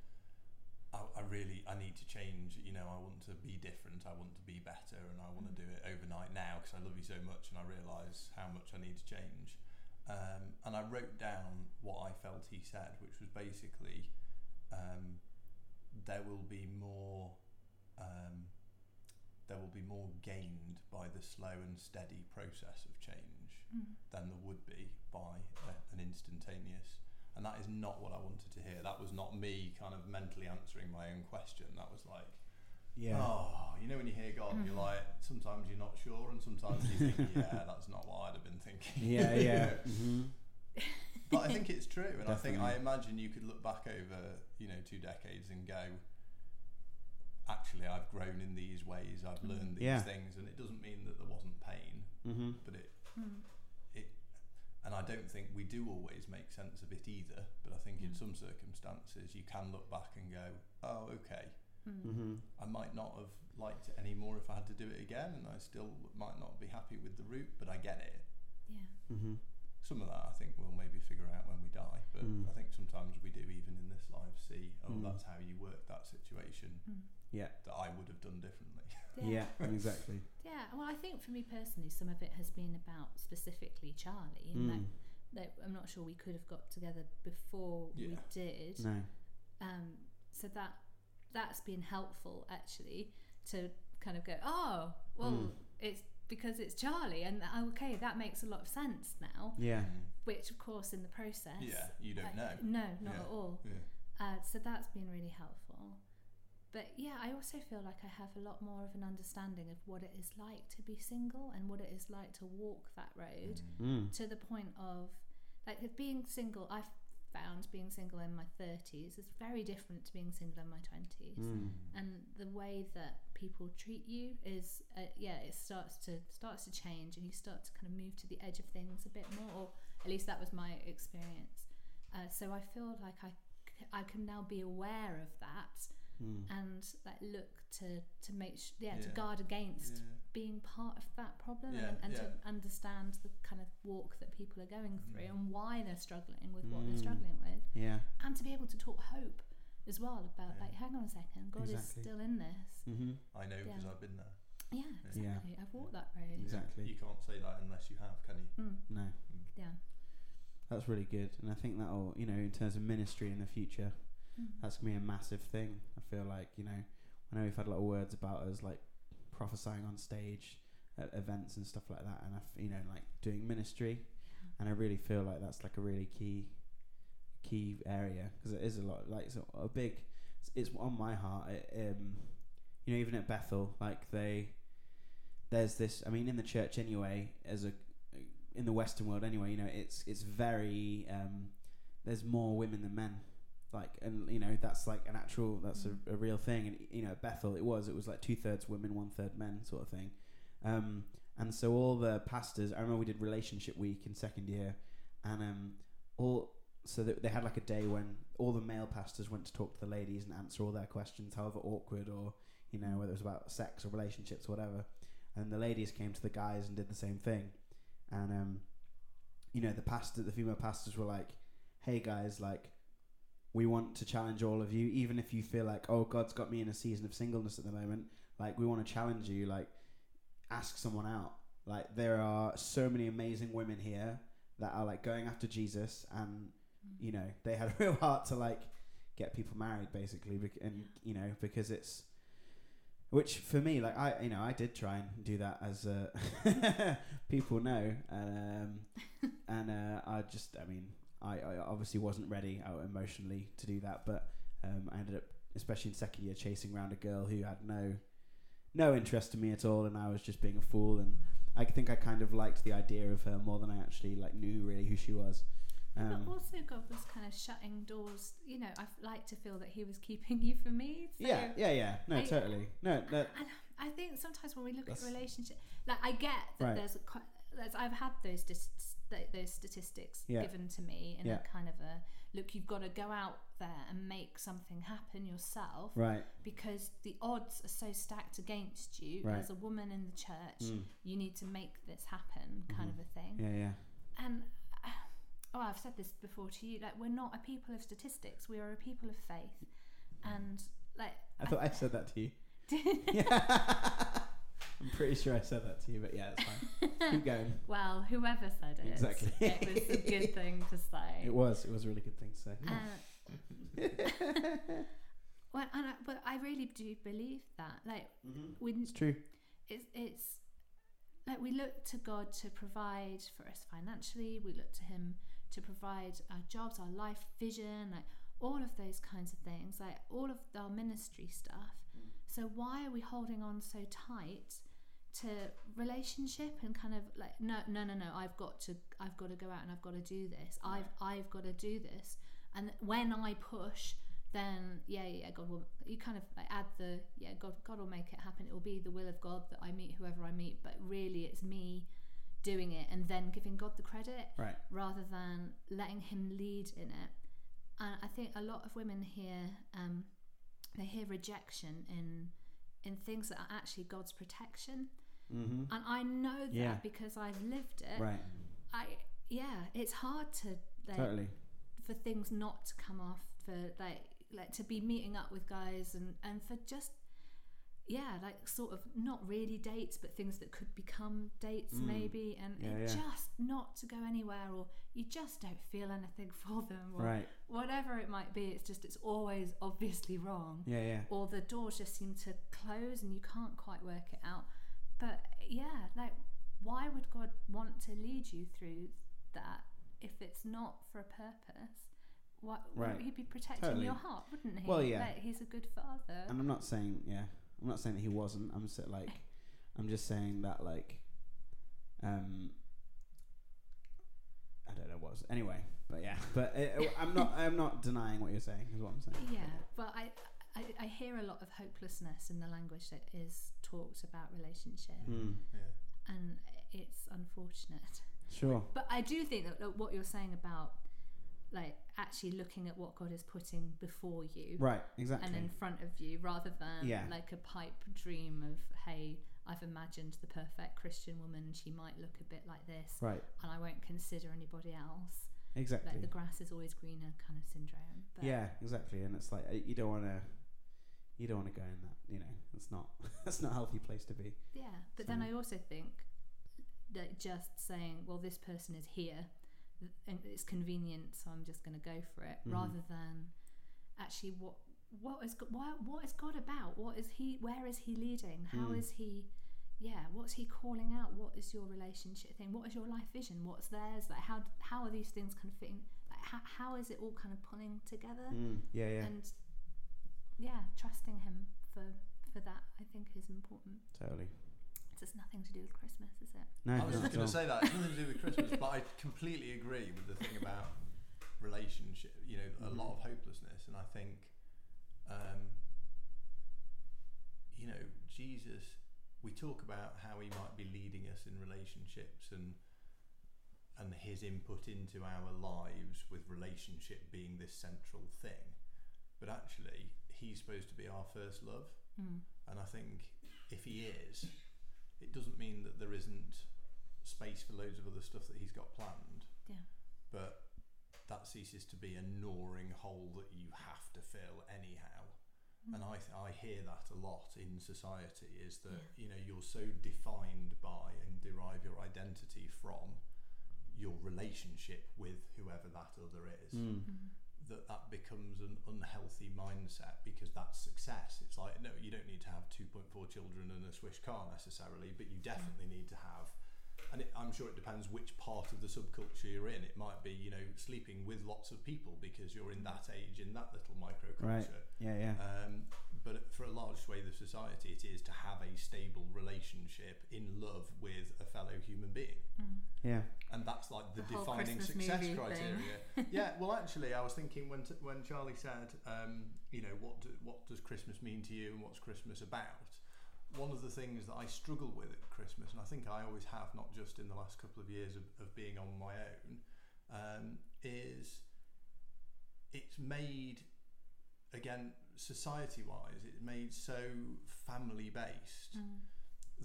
I, I really I need to change. You know, I want to be different. I want to be better, and I want to do it overnight now because I love you so much, and I realise how much I need to change. Um, and I wrote down what I felt He said, which was basically, um, there will be more. Um, there will be more gained by the slow and steady process of change
Mm.
than there would be by a, an instantaneous. And that is not what I wanted to hear. That was not me kind of mentally answering my own question. That was like,
Yeah.
oh, you know, when you hear God, and you're like, sometimes you're not sure, and sometimes you think, yeah, that's not what I'd have been thinking.
Yeah.
You
Yeah.
know?
mm-hmm.
but I think it's true, and I think I
Definitely.
imagine you could look back over you know two decades and go, actually, I've grown in these ways, I've learned these
Mm. Yeah.
things, and it doesn't mean that there wasn't pain,
Mm-hmm.
but it
Mm.
it, and I don't think we do always make sense of it either. But I think in
Mm.
some circumstances you can look back and go, oh, okay,
Mm.
Mm-hmm.
I might not have liked it anymore if I had to do it again, and I still might not be happy with the route, but I get it.
yeah
Mm-hmm.
Some of that I think we'll maybe figure out when we die, but
Mm.
I think sometimes we do, even in this life, see, oh,
Mm.
that's how you work that situation
Mm.
Yeah.
that I would have done differently.
Yeah. Exactly.
Yeah, well I think for me personally some of it has been about specifically Charlie and
Mm.
that, that I'm not sure we could have got together before we
Yeah.
did
No.
um, so that that's been helpful actually to kind of go oh well
Hmm.
Mm.
it's because it's Charlie, and uh, okay, that makes a lot of sense now.
Yeah.
Mm.
Which, of course, in the process,
Yeah, you don't
like,
know.
No, not
Yeah.
at all.
Yeah.
Uh, so that's been really helpful. But yeah, I also feel like I have a lot more of an understanding of what it is like to be single and what it is like to walk that road
Mm.
Hmm.
to the point of like if being single. I've found being single in my 30s is very different to being single in my 20s
Hmm.
Mm.
and the way that people treat you is uh, yeah it starts to starts to change and you start to kind of move to the edge of things a bit more or at least that was my experience uh, so i feel like i c- I can now be aware of that
Mm.
and like look to to make sh- yeah, to
Hmm. Yeah.
guard against
Yeah.
being part of that problem
Yeah,
and, and
yeah.
to understand the kind of walk that people are going through
Mm.
and why they're struggling with what
Mm.
they're struggling with
Yeah.
and to be able to talk hope as well about
Yeah.
like hang on a second god
Exactly.
is still in this
Mm-hmm.
I know because
Yeah.
I've been there.
yeah exactly
Yeah.
i've walked that road
Exactly.
You can't say that unless you have, can you?
mm,
No.
yeah
That's really good, and I think that'll you know in terms of ministry in the future,
mm.
that's gonna be a massive thing. I feel like you know, I know we've had a lot of words about us like prophesying on stage at events and stuff like that, and I f- you know like doing ministry, and I really feel like that's like a really key key area because it is a lot like it's a, a big it's, it's on my heart. It, um, you know even at Bethel like they there's this I mean in the church anyway as a in the Western world anyway you know it's it's very um, there's more women than men like and you know that's like an actual that's a, a real thing and you know at Bethel it was it was like two thirds women one third men sort of thing um, and so all the pastors I remember we did relationship week in second year and um, all so that they had like a day when all the male pastors went to talk to the ladies and answer all their questions however awkward or you know whether it was about sex or relationships or whatever and the ladies came to the guys and did the same thing and um, you know the pastor the female pastors were like hey guys like we want to challenge all of you even if you feel like oh god's got me in a season of singleness at the moment like we want to challenge you like ask someone out like there are so many amazing women here that are like going after jesus and you know they had a real heart to like get people married basically bec- and you know because it's which for me like i you know i did try and do that as uh, people know um, and uh, i just i mean I, I obviously wasn't ready out emotionally to do that but um, i ended up especially in second year chasing around a girl who had no no interest in me at all and i was just being a fool and i think i kind of liked the idea of her more than i actually like knew really who she was Um,
but also god was kind of shutting doors you know i like to feel that he was keeping you from me so
yeah, yeah, yeah. No,
I-
totally. No, that.
And I think sometimes when we look
That's-
at relationship, like I get that
Right.
there's, a, co- there's I've had those dis, th- those statistics
Yeah.
given to me in
Yeah.
a kind of a look. You've got to go out there and make something happen yourself
Right.
because the odds are so stacked against you
Right.
as a woman in the church.
Mm. Mm-hmm.
You need to make this happen, kind of a thing.
Yeah, yeah.
And uh, oh, I've said this before to you. Like we're not a people of statistics. We are a people of faith, and like
I thought I said that to you. Yeah. I'm pretty sure I said that to you, but yeah, it's fine. Keep going.
Well, whoever said it,
Exactly.
it was a good thing to say.
It was. It was a really good thing to say.
Uh, well, and I, but I really do believe that. Like,
Mm-hmm.
we,
It's true.
it's, it's like we look to God to provide for us financially. We look to Him to provide our jobs, our life vision, like all of those kinds of things, like all of our ministry stuff. So why are we holding on so tight to relationship and kind of like no, no, no, no. I've got to, I've got to go out and I've got to do this. I've, I've got to do this. And when I push. Then yeah, yeah, God will. You kind of like add the yeah, God, God will make it happen. It will be the will of God that I meet whoever I meet, but really it's me doing it and then giving God the credit
Right.
rather than letting him lead in it. And I think a lot of women hear um, they hear rejection in in things that are actually God's protection,
Mm-hmm.
and I know that
Yeah.
because I've lived it.
Right.
I yeah, it's hard to like,
Totally.
for things not to come off for like like to be meeting up with guys and and for just yeah like sort of not really dates but things that could become dates
Mm.
maybe and
Yeah,
it
yeah.
just not to go anywhere or you just don't feel anything for them or
Right.
whatever it might be it's just it's always obviously wrong
Yeah, yeah.
or the doors just seem to close and you can't quite work it out But yeah, like, why would God want to lead you through that if it's not for a purpose? Why,
Right.
Wouldn't He'd be protecting
Totally.
your heart, wouldn't he?
Well, yeah.
Like, he's a good father.
And I'm not saying, yeah, I'm not saying that he wasn't. I'm just like, I'm just saying that like, um, I don't know what. Was, anyway, but yeah, but uh, I'm not. I'm not denying what you're saying. Is what I'm saying.
yeah, but I, I, I hear a lot of hopelessness in the language that is talked about relationship,
Hmm.
Yeah.
and it's unfortunate.
Sure.
But I do think that, that what you're saying about like actually looking at what God is putting before you
Right. Exactly.
and in front of you rather than
Yeah.
like a pipe dream of hey I've imagined the perfect Christian woman she might look a bit like this
right.
and I won't consider anybody else like
Exactly.
the grass is always greener kind of syndrome but
Yeah. Exactly. And it's like uh, you don't want to. You don't want to go in that. You know, it's not. that's not a healthy place to be.
Yeah, but then
So-
I also think that just saying, well, this person is here th- and it's convenient, so I'm just going to go for it,
Mhm.
rather than actually what what is go- why, what is God about? What is he? Where is he leading? How
Mm.
is he? Yeah, what's he calling out? What is your relationship thing? What is your life vision? What's theirs? Like how how are these things kind of fitting? Like how, how is it all kind of pulling together?
Mm. Yeah. Yeah.
And yeah, trusting him for for that I think is important.
Totally.
It's nothing to do with Christmas, is it?
No.
I was
not at
just going
all.
to say that it's nothing to do with Christmas, but I completely agree with the thing about relationship. You know, a lot of hopelessness, and I think, um, you know, Jesus. We talk about how he might be leading us in relationships and and his input into our lives with relationship being this central thing, but actually he's supposed to be our first love.
Mm.
And I think if he is, it doesn't mean that there isn't space for loads of other stuff that he's got planned.
Yeah.
But that ceases to be a gnawing hole that you have to fill anyhow. And I, th- I hear that a lot in society is that you know you're so defined by and derive your identity from your relationship with whoever that other is
Mm.
that that becomes an unhealthy mindset because that's success. It's like no, you don't need to have 2.4 children and a swish car necessarily, but you definitely need to have. And it, I'm sure it depends which part of the subculture you're in. It might be you know sleeping with lots of people because you're in that age in that little
Right.
microculture.
Yeah. Yeah.
Um, but for a large swathe of society, it is to have a stable relationship in love with a fellow human being
Mm,
Yeah.
and that's like the,
The whole
defining
Christmas
success
movie
criteria. yeah, well, actually, I was thinking when t- when Charlie said, um, you know, what do, what does Christmas mean to you, and what's Christmas about? One of the things that I struggle with at Christmas, and I think I always have, not just in the last couple of years of, of being on my own, um, is it's made again society-wise, it's made so
Mm.
family-based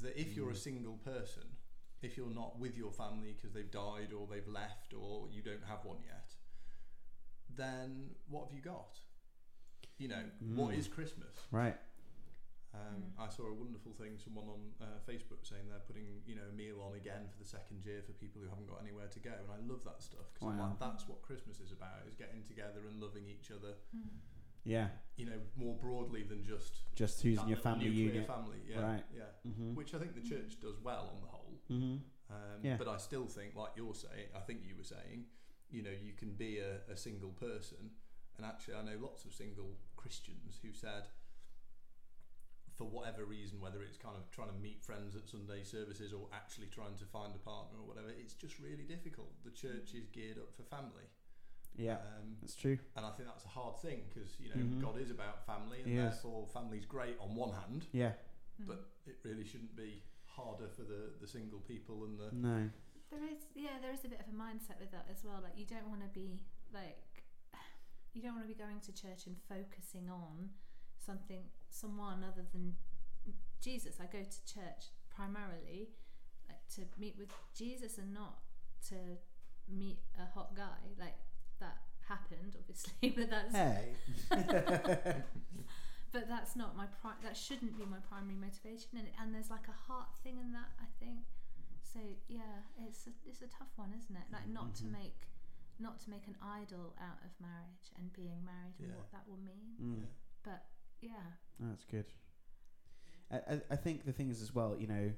that if
Mm.
you're a single person, if you're not with your family because they've died or they've left or you don't have one yet, then what have you got? You know, what
Mm.
is Christmas?
Right.
Um, I saw a wonderful thing someone on uh, Facebook saying they're putting you know a meal on again for the second year for people who haven't got anywhere to go, and I love that stuff because I'm
Wow.
like that's what Christmas is about is getting together and loving each other.
mm.
Yeah.
You know, more broadly than just
Just who's
that
in your
little
family
nuclear
unit.
family, yeah,
Right.
yeah,
mm-hmm.
which I think the church does well on the whole.
mm-hmm.
Um,
Yeah.
But I still think, like you're saying, I think you were saying, you know, you can be a, a single person. And actually, I know lots of single Christians who said, for whatever reason, whether it's kind of trying to meet friends at Sunday services or actually trying to find a partner or whatever, it's just really difficult. The church is geared up for family.
Yeah.
Um,
That's true.
and I think that's a hard thing because, you know,
Mhm.
God is about family and
He is.
therefore family's great on one hand,
Yeah.
but it really shouldn't be harder for the, the single people and the.
No.
There is, yeah, there is a bit of a mindset with that as well. Like you don't want to be like, you don't want to be going to church and focusing on something, someone other than Jesus. I go to church primarily like, to meet with Jesus and not to meet a hot guy. Like that happened, obviously, but that's
Hey.
but that's not my pri- that shouldn't be my primary motivation and, and there's like a heart thing in that i think so yeah it's a, it's a tough one isn't it like not to make not to make an idol out of marriage and being married and
Yeah.
what that will mean
Mm.
but yeah
That's good. I, I, I think the thing is as well, you know,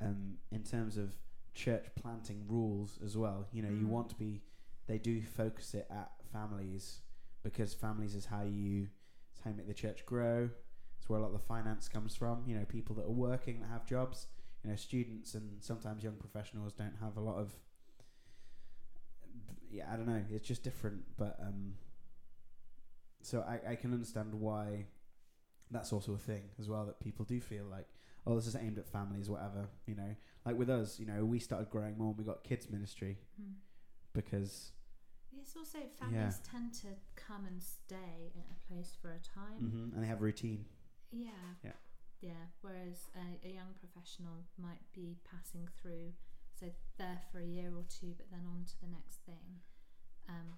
um, in terms of church planting rules as well. You know, you
Mm.
want to be. They do focus it at families because families is how you it's how you make the church grow. It's where a lot of the finance comes from. You know, people that are working that have jobs. You know, students and sometimes young professionals don't have a lot of. Yeah, I don't know. It's just different, but um, so I, I can understand why that's also a thing as well that people do feel like oh this is aimed at families whatever you know like with us you know we started growing more when we got kids ministry
Mm.
because
It's also families tend to come and stay at a place for a time.
mhm, and they have a routine
Yeah.
Yeah.
Yeah, Whereas a, a young professional might be passing through, so there for a year or two, but then on to the next thing. Um,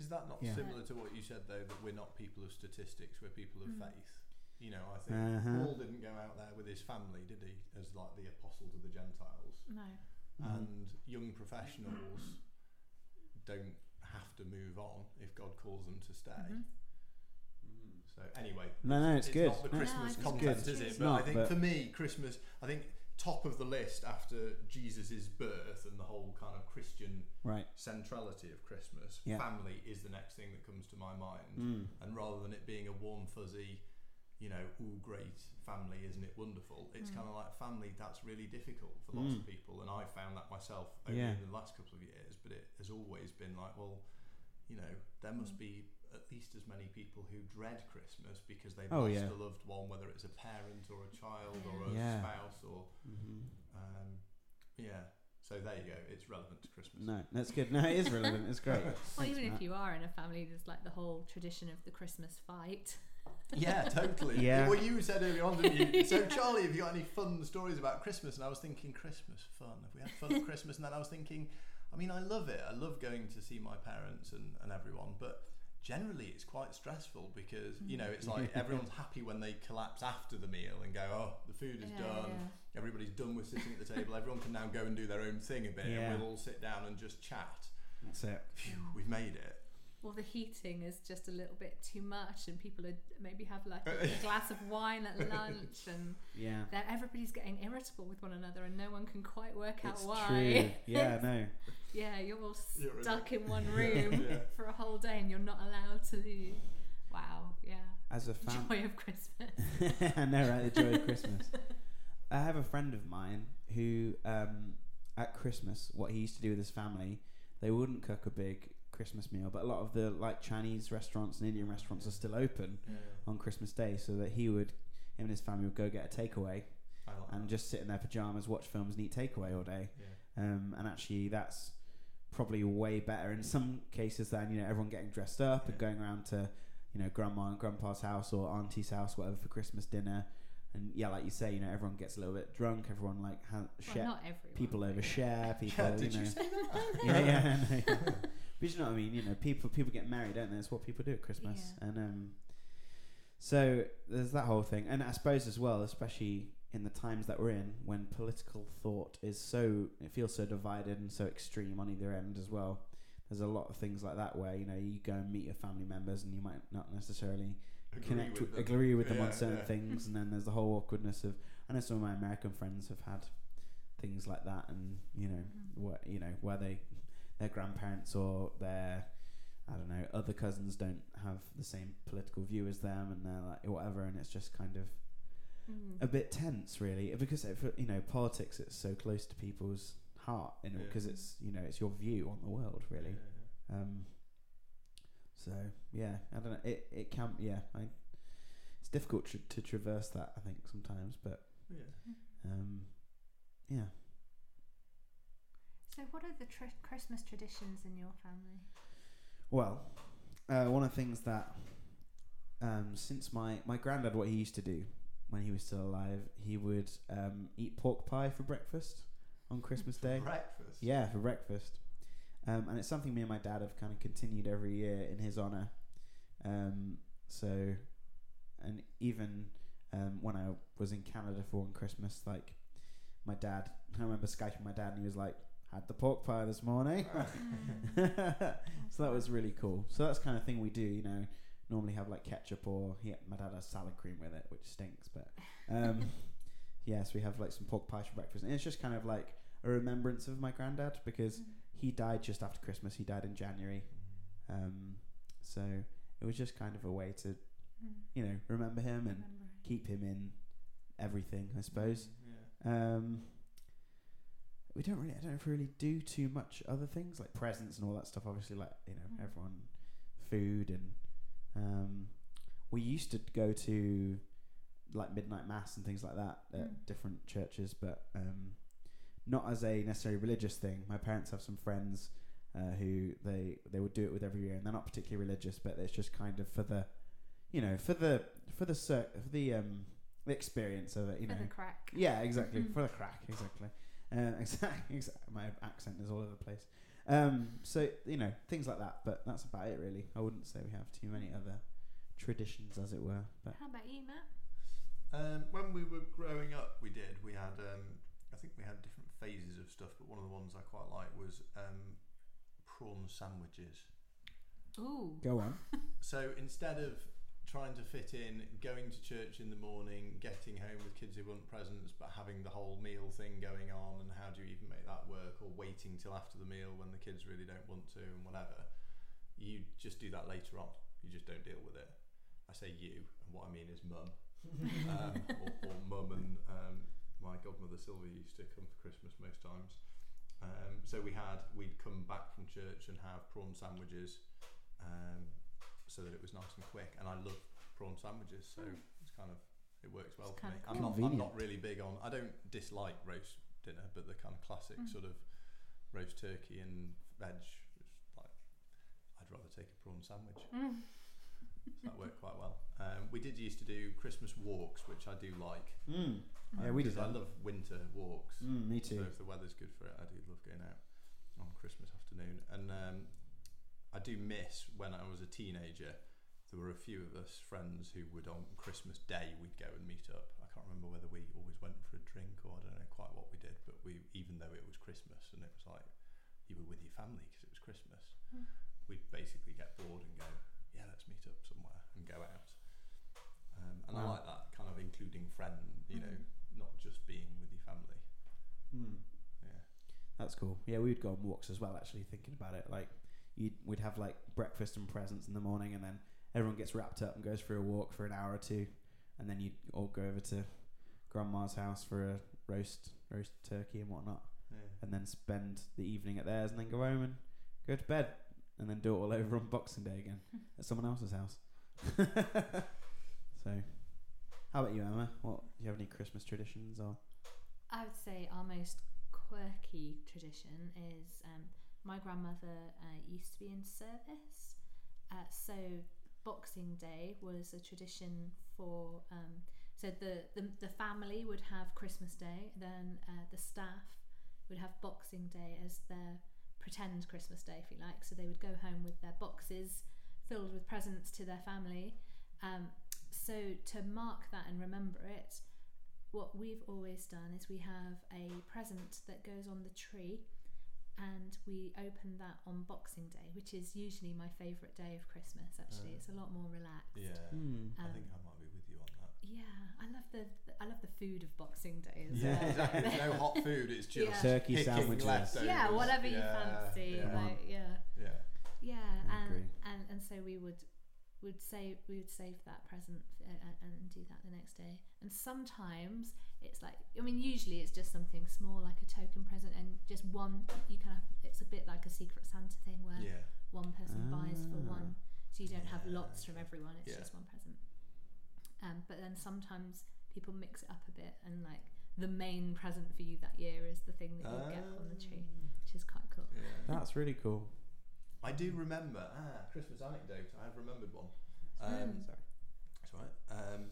Is that not
Yeah.
similar to what you said though that we're not people of statistics, we're people of
Mm.
faith? You know, I think
uh-huh.
Paul didn't go out there with his family, did he? As like the apostle to the Gentiles,
no.
Mhm.
and young professionals don't have to move on if God calls them to stay.
Mhm.
So anyway,
no no it's, good
Not the
No,
Christ-
Christmas
it's
content,
good.
is it?
It's
But I
not,
think
but-
for me, Christmas. I think top of the list after Jesus' birth and the whole kind of Christian
right
centrality of Christmas,
Yeah.
family is the next thing that comes to my mind.
mm.
And rather than it being a warm fuzzy, you know, oh great family, isn't it wonderful? It's
Mm.
kind of like family. That's really difficult for lots
Mm.
of people, and I found that myself only
Yeah.
in the last couple of years. But it has always been like, well, you know, there must
Mm.
be at least as many people who dread Christmas because they've
Oh,
lost
yeah.
a loved one, whether it's a parent or a child or a
Yeah.
spouse or
Mhm.
um, yeah. So there you go. It's relevant to Christmas.
no that's good no it is relevant it's great
Well,
Thanks,
even if
Matt.
you are in a family, there's like the whole tradition of the Christmas fight.
Yeah, totally.
Yeah.
Well, you said earlier on, didn't you? So,
Yeah.
Charlie, have you got any fun stories about Christmas? And I was thinking, Christmas fun. Have we had fun at Christmas? And then I was thinking, I mean, I love it. I love going to see my parents and, and everyone, but generally it's quite stressful because, you know, it's like
Mm.
everyone's happy when they collapse after the meal and go, oh, the food is
Yeah,
done.
yeah.
Everybody's done with sitting at the table. Everyone can now go and do their own thing a bit
Yeah.
and we'll all sit down and just chat.
that's it
Phew, we've made it.
Or the heating is just a little bit too much, and people are maybe have like a glass of wine at lunch, and
yeah
then everybody's getting irritable with one another, and no one can quite work out
it's
why.
true yeah no
Yeah, you're all
You're in
stuck in one room
Yeah.
for a whole day and you're not allowed to leave. Wow, yeah.
as a fan
Joy of Christmas.
I know, right? The joy of Christmas. I have a friend of mine who, um, at Christmas, what he used to do with his family, they wouldn't cook a big Christmas meal, but a lot of the like Chinese restaurants and Indian restaurants are still open on Christmas Day, so that he would, him and his family would go get a takeaway
I like
and
that.
just sit in their pajamas, watch films, and eat takeaway all day.
Yeah.
Um, and actually, that's probably way better in some cases than you know everyone getting dressed up and
Yeah.
going around to you know grandma and grandpa's house or auntie's house, whatever, for Christmas dinner. And yeah, like you say, you know everyone gets a little bit drunk. Everyone like ha- share
Well, not everyone.
people
but
over
yeah.
share people.
Yeah, did
you know,
you say that?
yeah, yeah, I know, yeah. but you know what I mean. You know, people people get married, don't they? It's what people do at Christmas,
Yeah.
and um, so there's that whole thing. And I suppose as well, especially in the times that we're in, when political thought is so it feels so divided and so extreme on either end as well. There's a lot of things like that where you know you go and meet your family members, and you might not necessarily
Agree
connect
with
with,
them.
agree with them on
Yeah,
certain
yeah.
things, and then there's the whole awkwardness of. I know some of my American friends have had things like that, and you know,
Mhm.
what you know, where they their grandparents or their I don't know other cousins don't have the same political view as them, and they're like whatever, and it's just kind of
Mm.
a bit tense, really, because if, you know politics it's so close to people's heart, you know,
Yeah.
because it's you know it's your view on the world, really. Um, so yeah, I don't know. It it can yeah. I, it's difficult to, to traverse that I think sometimes, but
Yeah. yeah.
um, yeah.
So, what are the tr- Christmas traditions in your family?
Well, uh, one of the things that um, since my my granddad, what he used to do when he was still alive, he would um, eat pork pie for breakfast on Christmas Day.
breakfast.
Yeah, for breakfast. Um, and it's something me and my dad have kind of continued every year in his honour. Um, so, and even um, when I was in Canada for one Christmas, like my dad, I remember Skyping my dad and he was like, had the pork pie this morning.
Mm.
so that was really cool. So that's the kind of thing we do, you know. Normally have like ketchup or he, my dad has salad cream with it, which stinks, but um, yes, we have like some pork pies for breakfast. And it's just kind of like a remembrance of my granddad
Mm.
because he died just after Christmas. He died in January. Um, so it was just kind of a way to,
Mm.
you know, remember him and keep him in everything, I suppose.
Yeah.
Um, we don't really, I don't know if we really do too much other things like presents and all that stuff. Obviously, like you know,
Mm.
everyone, food and um, we used to go to like midnight mass and things like that at
Mm.
different churches, but um, not as a necessarily religious thing. My parents have some friends uh, who they they would do it with every year, and they're not particularly religious, but it's just kind of for the, you know, for the for the cir- for the um the experience of it, you
For
know.
the crack.
Yeah, exactly.
Mm.
For the crack, exactly. Uh, exactly. My accent is all over the place. Um, so you know things like that, but that's about it really. I wouldn't say we have too many other traditions, as it were. But
How about you, Matt?
Um, when we were growing up, we did. We had, um, I think we had different phases of stuff, but one of the ones I quite liked was um, prawn sandwiches.
Ooh.
go on.
So instead of trying to fit in, going to church in the morning, getting home with kids who want presents, but having the whole meal thing going on, and how do you even make that work, or waiting till after the meal when the kids really don't want to, and whatever, you just do that later on. You just don't deal with it. I say you, and what I mean is mum. um, or, or mum and um, my godmother Sylvia used to come for Christmas most times. Um, so we had we'd come back from church and have prawn sandwiches, um, so that it was nice and quick. And I love prawn sandwiches, so it's kind of it works well
Hmm. It's
for me.
kinda
I'm not I'm
Convenient.
not really big on. I don't dislike roast dinner, but the kind of classic
Mm.
sort of roast turkey and veg. It's like I'd rather take a prawn sandwich.
Mm.
So that worked quite well. Um, we did used to do Christmas walks, which I do like.
Mm. Yeah, we did.
because I
that.
love winter walks.
Mm, me
So
too.
if the weather's good for it, I do love going out on Christmas afternoon. And um, I do miss when I was a teenager. There were a few of us friends who would on Christmas Day we'd go and meet up. I can't remember whether we always went for a drink or I don't know quite what we did, but we even though it was Christmas and it was like you were with your family because it was Christmas,
Hmm.
Mm.
we'd basically get bored and go, yeah, let's meet up somewhere and go out. Um, and I
Wow. Hmm.
like that kind of including friend, you know,
Mm.
not just being with your family.
Mm.
Yeah.
That's cool. Yeah, we would go on walks as well. Actually, thinking about it, like you'd, we'd have like breakfast and presents in the morning, and then everyone gets wrapped up and goes for a walk for an hour or two, and then you would all go over to grandma's house for a roast roast turkey and whatnot,
Yeah.
and then spend the evening at theirs, and then go home and go to bed, and then do it all over on Boxing Day again at someone else's house. so, how about you, Emma? What do you have any Christmas traditions or?
I would say our most quirky tradition is um, my grandmother uh, used to be in service, uh, so Boxing Day was a tradition for. Um, so the, the the family would have Christmas Day, then uh, the staff would have Boxing Day as their pretend Christmas Day, if you like. So they would go home with their boxes filled with presents to their family. Um, so to mark that and remember it, what we've always done is we have a present that goes on the tree and we open that on Boxing Day, which is usually my favourite day of Christmas, actually.
Ah.
It's a lot more relaxed.
Yeah.
Hmm.
I
Um,
think I might be with you on that.
yeah, I love the I love the food of Boxing Day as
Yeah.
well.
exactly. There's no hot food. It's just
Yeah.
Turkey
picking
sandwiches.
leftovers.
Yeah, whatever
Yeah,
you fancy.
Yeah.
Like, yeah.
yeah.
Yeah,
Uh-huh. I
and,
agree.
and and so we would would save we would save that present f- a- a- and do that the next day. And sometimes it's like I mean, usually it's just something small like a token present and just one. You kind of it's a bit like a secret Santa thing where
Yeah.
one person buys for
Ah.
one, so you don't have
Yeah,
lots from
okay.
everyone. It's
Yeah.
just one present. Um, but then sometimes people mix it up a bit and like the main present for you that year is the thing that you get on the tree,
Ah.
which is quite cool.
Um, Yeah.
That's really cool.
I do remember ah Christmas anecdote. I've remembered one.
Mm.
Um,
Sorry.
That's all right. Um,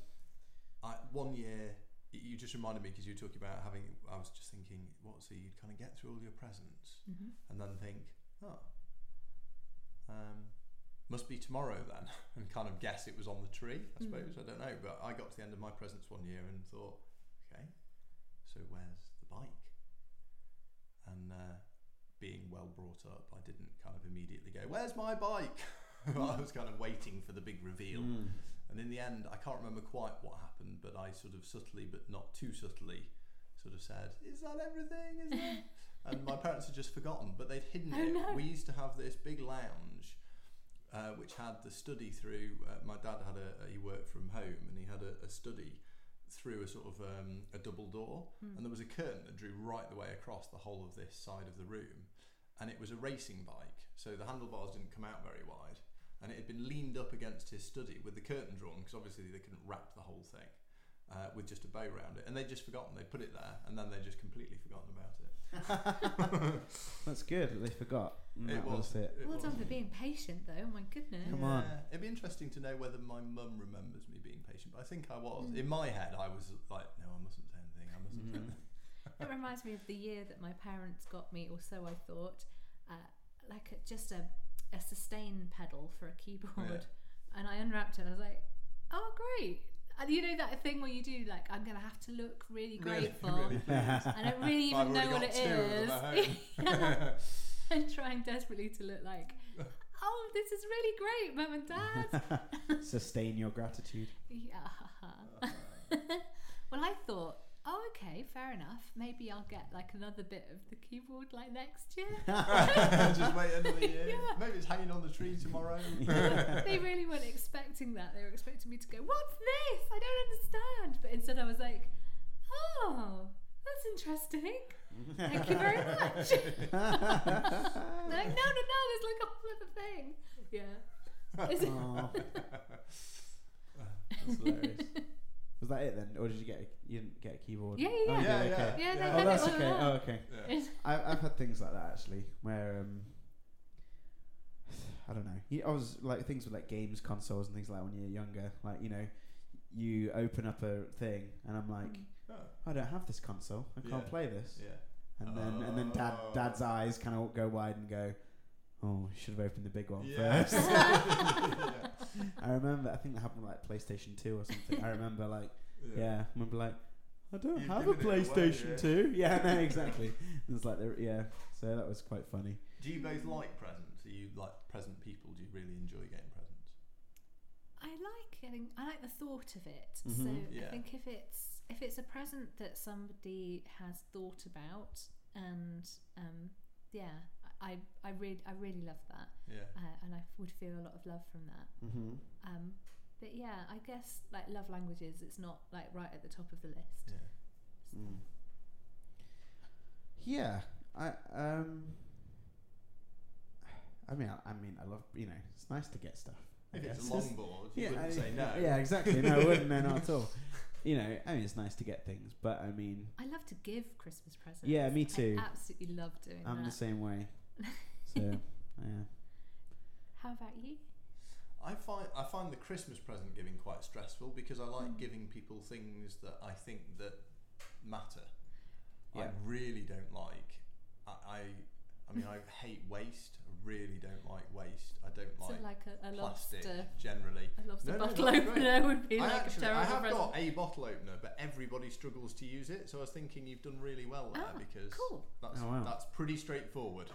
I, one year, y- you just reminded me because you were talking about having. I was just thinking, what? So you'd kind of get through all your presents
hmm
and then think, oh, um, must be tomorrow then, and kind of guess it was on the tree. I
Mm.
suppose I don't know, but I got to the end of my presents one year and thought, okay, so where's the bike? And uh, being well brought up, I didn't kind of immediately go, where's my bike? I was kind of waiting for the big reveal.
Mm.
And in the end, I can't remember quite what happened, but I sort of subtly, but not too subtly, sort of said, "Is that everything? Is that?" and my parents had just forgotten, but they'd hidden
Oh,
it.
no.
We used to have this big lounge, uh, which had the study through. Uh, my dad had a he worked from home, and he had a, a study through a sort of um, a double door, and there was a curtain that drew right the way across the whole of this side of the room, and it was a racing bike, so the handlebars didn't come out very wide, and it had been leaned up against his study with the curtain drawn because obviously they couldn't wrap the whole thing. Uh, with just a bow round it, and they'd just forgotten. They put it there, and then they'd just completely forgotten about it.
That's good. They forgot. And
It
that
was.
it.
It
Well
was.
done for being patient, though. oh My goodness.
Come on.
Yeah, It'd be interesting to know whether my mum remembers me being patient, but I think I was.
Mm.
In my head, I was like, no, I mustn't say anything. I mustn't say
Mm.
anything.
It reminds me of the year that my parents got me, or so I thought, uh, like a, just a, a sustain pedal for a keyboard. And I unwrapped it and I was like, oh, great. And you know that thing where you do, like, I'm going to have to look really grateful.
Really, really pleased.
I don't really
I've
even know
already
what
got
it
two of them at
is. Yeah. I'm trying desperately to look like, oh, this is really great, mum and dad.
Sustain your gratitude.
yeah. well, I thought, oh, okay, fair enough. Maybe I'll get like another bit of the keyboard like next year.
Just wait another year.
Yeah.
Maybe it's hanging on the tree tomorrow.
they really weren't expecting that. They were expecting me to go, What's this? I don't understand. But instead, I was like, Oh, that's interesting. Thank you very much. They're like, No, no, no, there's like a whole other thing. Yeah. Is it-
Aw.
That's hilarious.
Was that it then, or did you get a, you didn't get a keyboard?
Yeah, yeah,
Oh, you
yeah.
did,
Yeah,
okay.
yeah, they
Yeah.
Oh,
had
that's
it all
okay. Oh,
along.
okay.
Yeah.
It's-
I, I've had things like that actually, where um, I don't know. You, I was like things with like games consoles and things like that when you're younger. Like you know, you open up a thing, and I'm like,
Oh,
I don't have this console. I can't
Yeah.
play this.
yeah.
And then and then dad
Oh.
dad's eyes kind of go wide and go, oh, should have opened the big one
Yeah.
first.
Yeah.
I remember. I think that happened with, like PlayStation Two or something. I remember like yeah. I remember like I don't
You've
have a
given it away,
PlayStation
yeah.
Two. Yeah, no, exactly. it's like they're- yeah. So that was quite funny.
Do you both like presents? Are you like present people? Do you really enjoy getting presents?
I like getting, I like the thought of it. So
Mhm.
Yeah.
I think if it's if it's a present that somebody has thought about, and um, yeah, I I really I really love that,
Yeah.
uh, and I would feel a lot of love from that.
Mm-hmm.
Um, but yeah, I guess like love languages, it's not like right at the top of the list.
Yeah.
Mm. Yeah, I um. I mean, I, I mean, I love you know. It's nice to get stuff. I
If it's
guess.
a long board, you
I-
wouldn't say no.
Yeah, exactly. No, I wouldn't. No, not at all. You know, I mean, it's nice to get things, but I mean,
I love to give Christmas presents.
Yeah, me too.
I absolutely love doing
I'm the
that.
same way. So, yeah.
How about you?
I find I find the Christmas present giving quite stressful because I like
Hmm.
giving people things that I think that matter. I
Yeah.
really don't like. I, I I mean I hate waste. I really don't like waste. I don't
so
like,
like a, a
plastic
lobster,
generally.
a lobster
No, no,
bottle
that's great.
opener would be
I
like a
actually
terrible
I have
present.
got a bottle opener, but everybody struggles to use it. So I was thinking you've done really well there
Ah,
because
cool.
that's
Oh, wow.
that's pretty straightforward.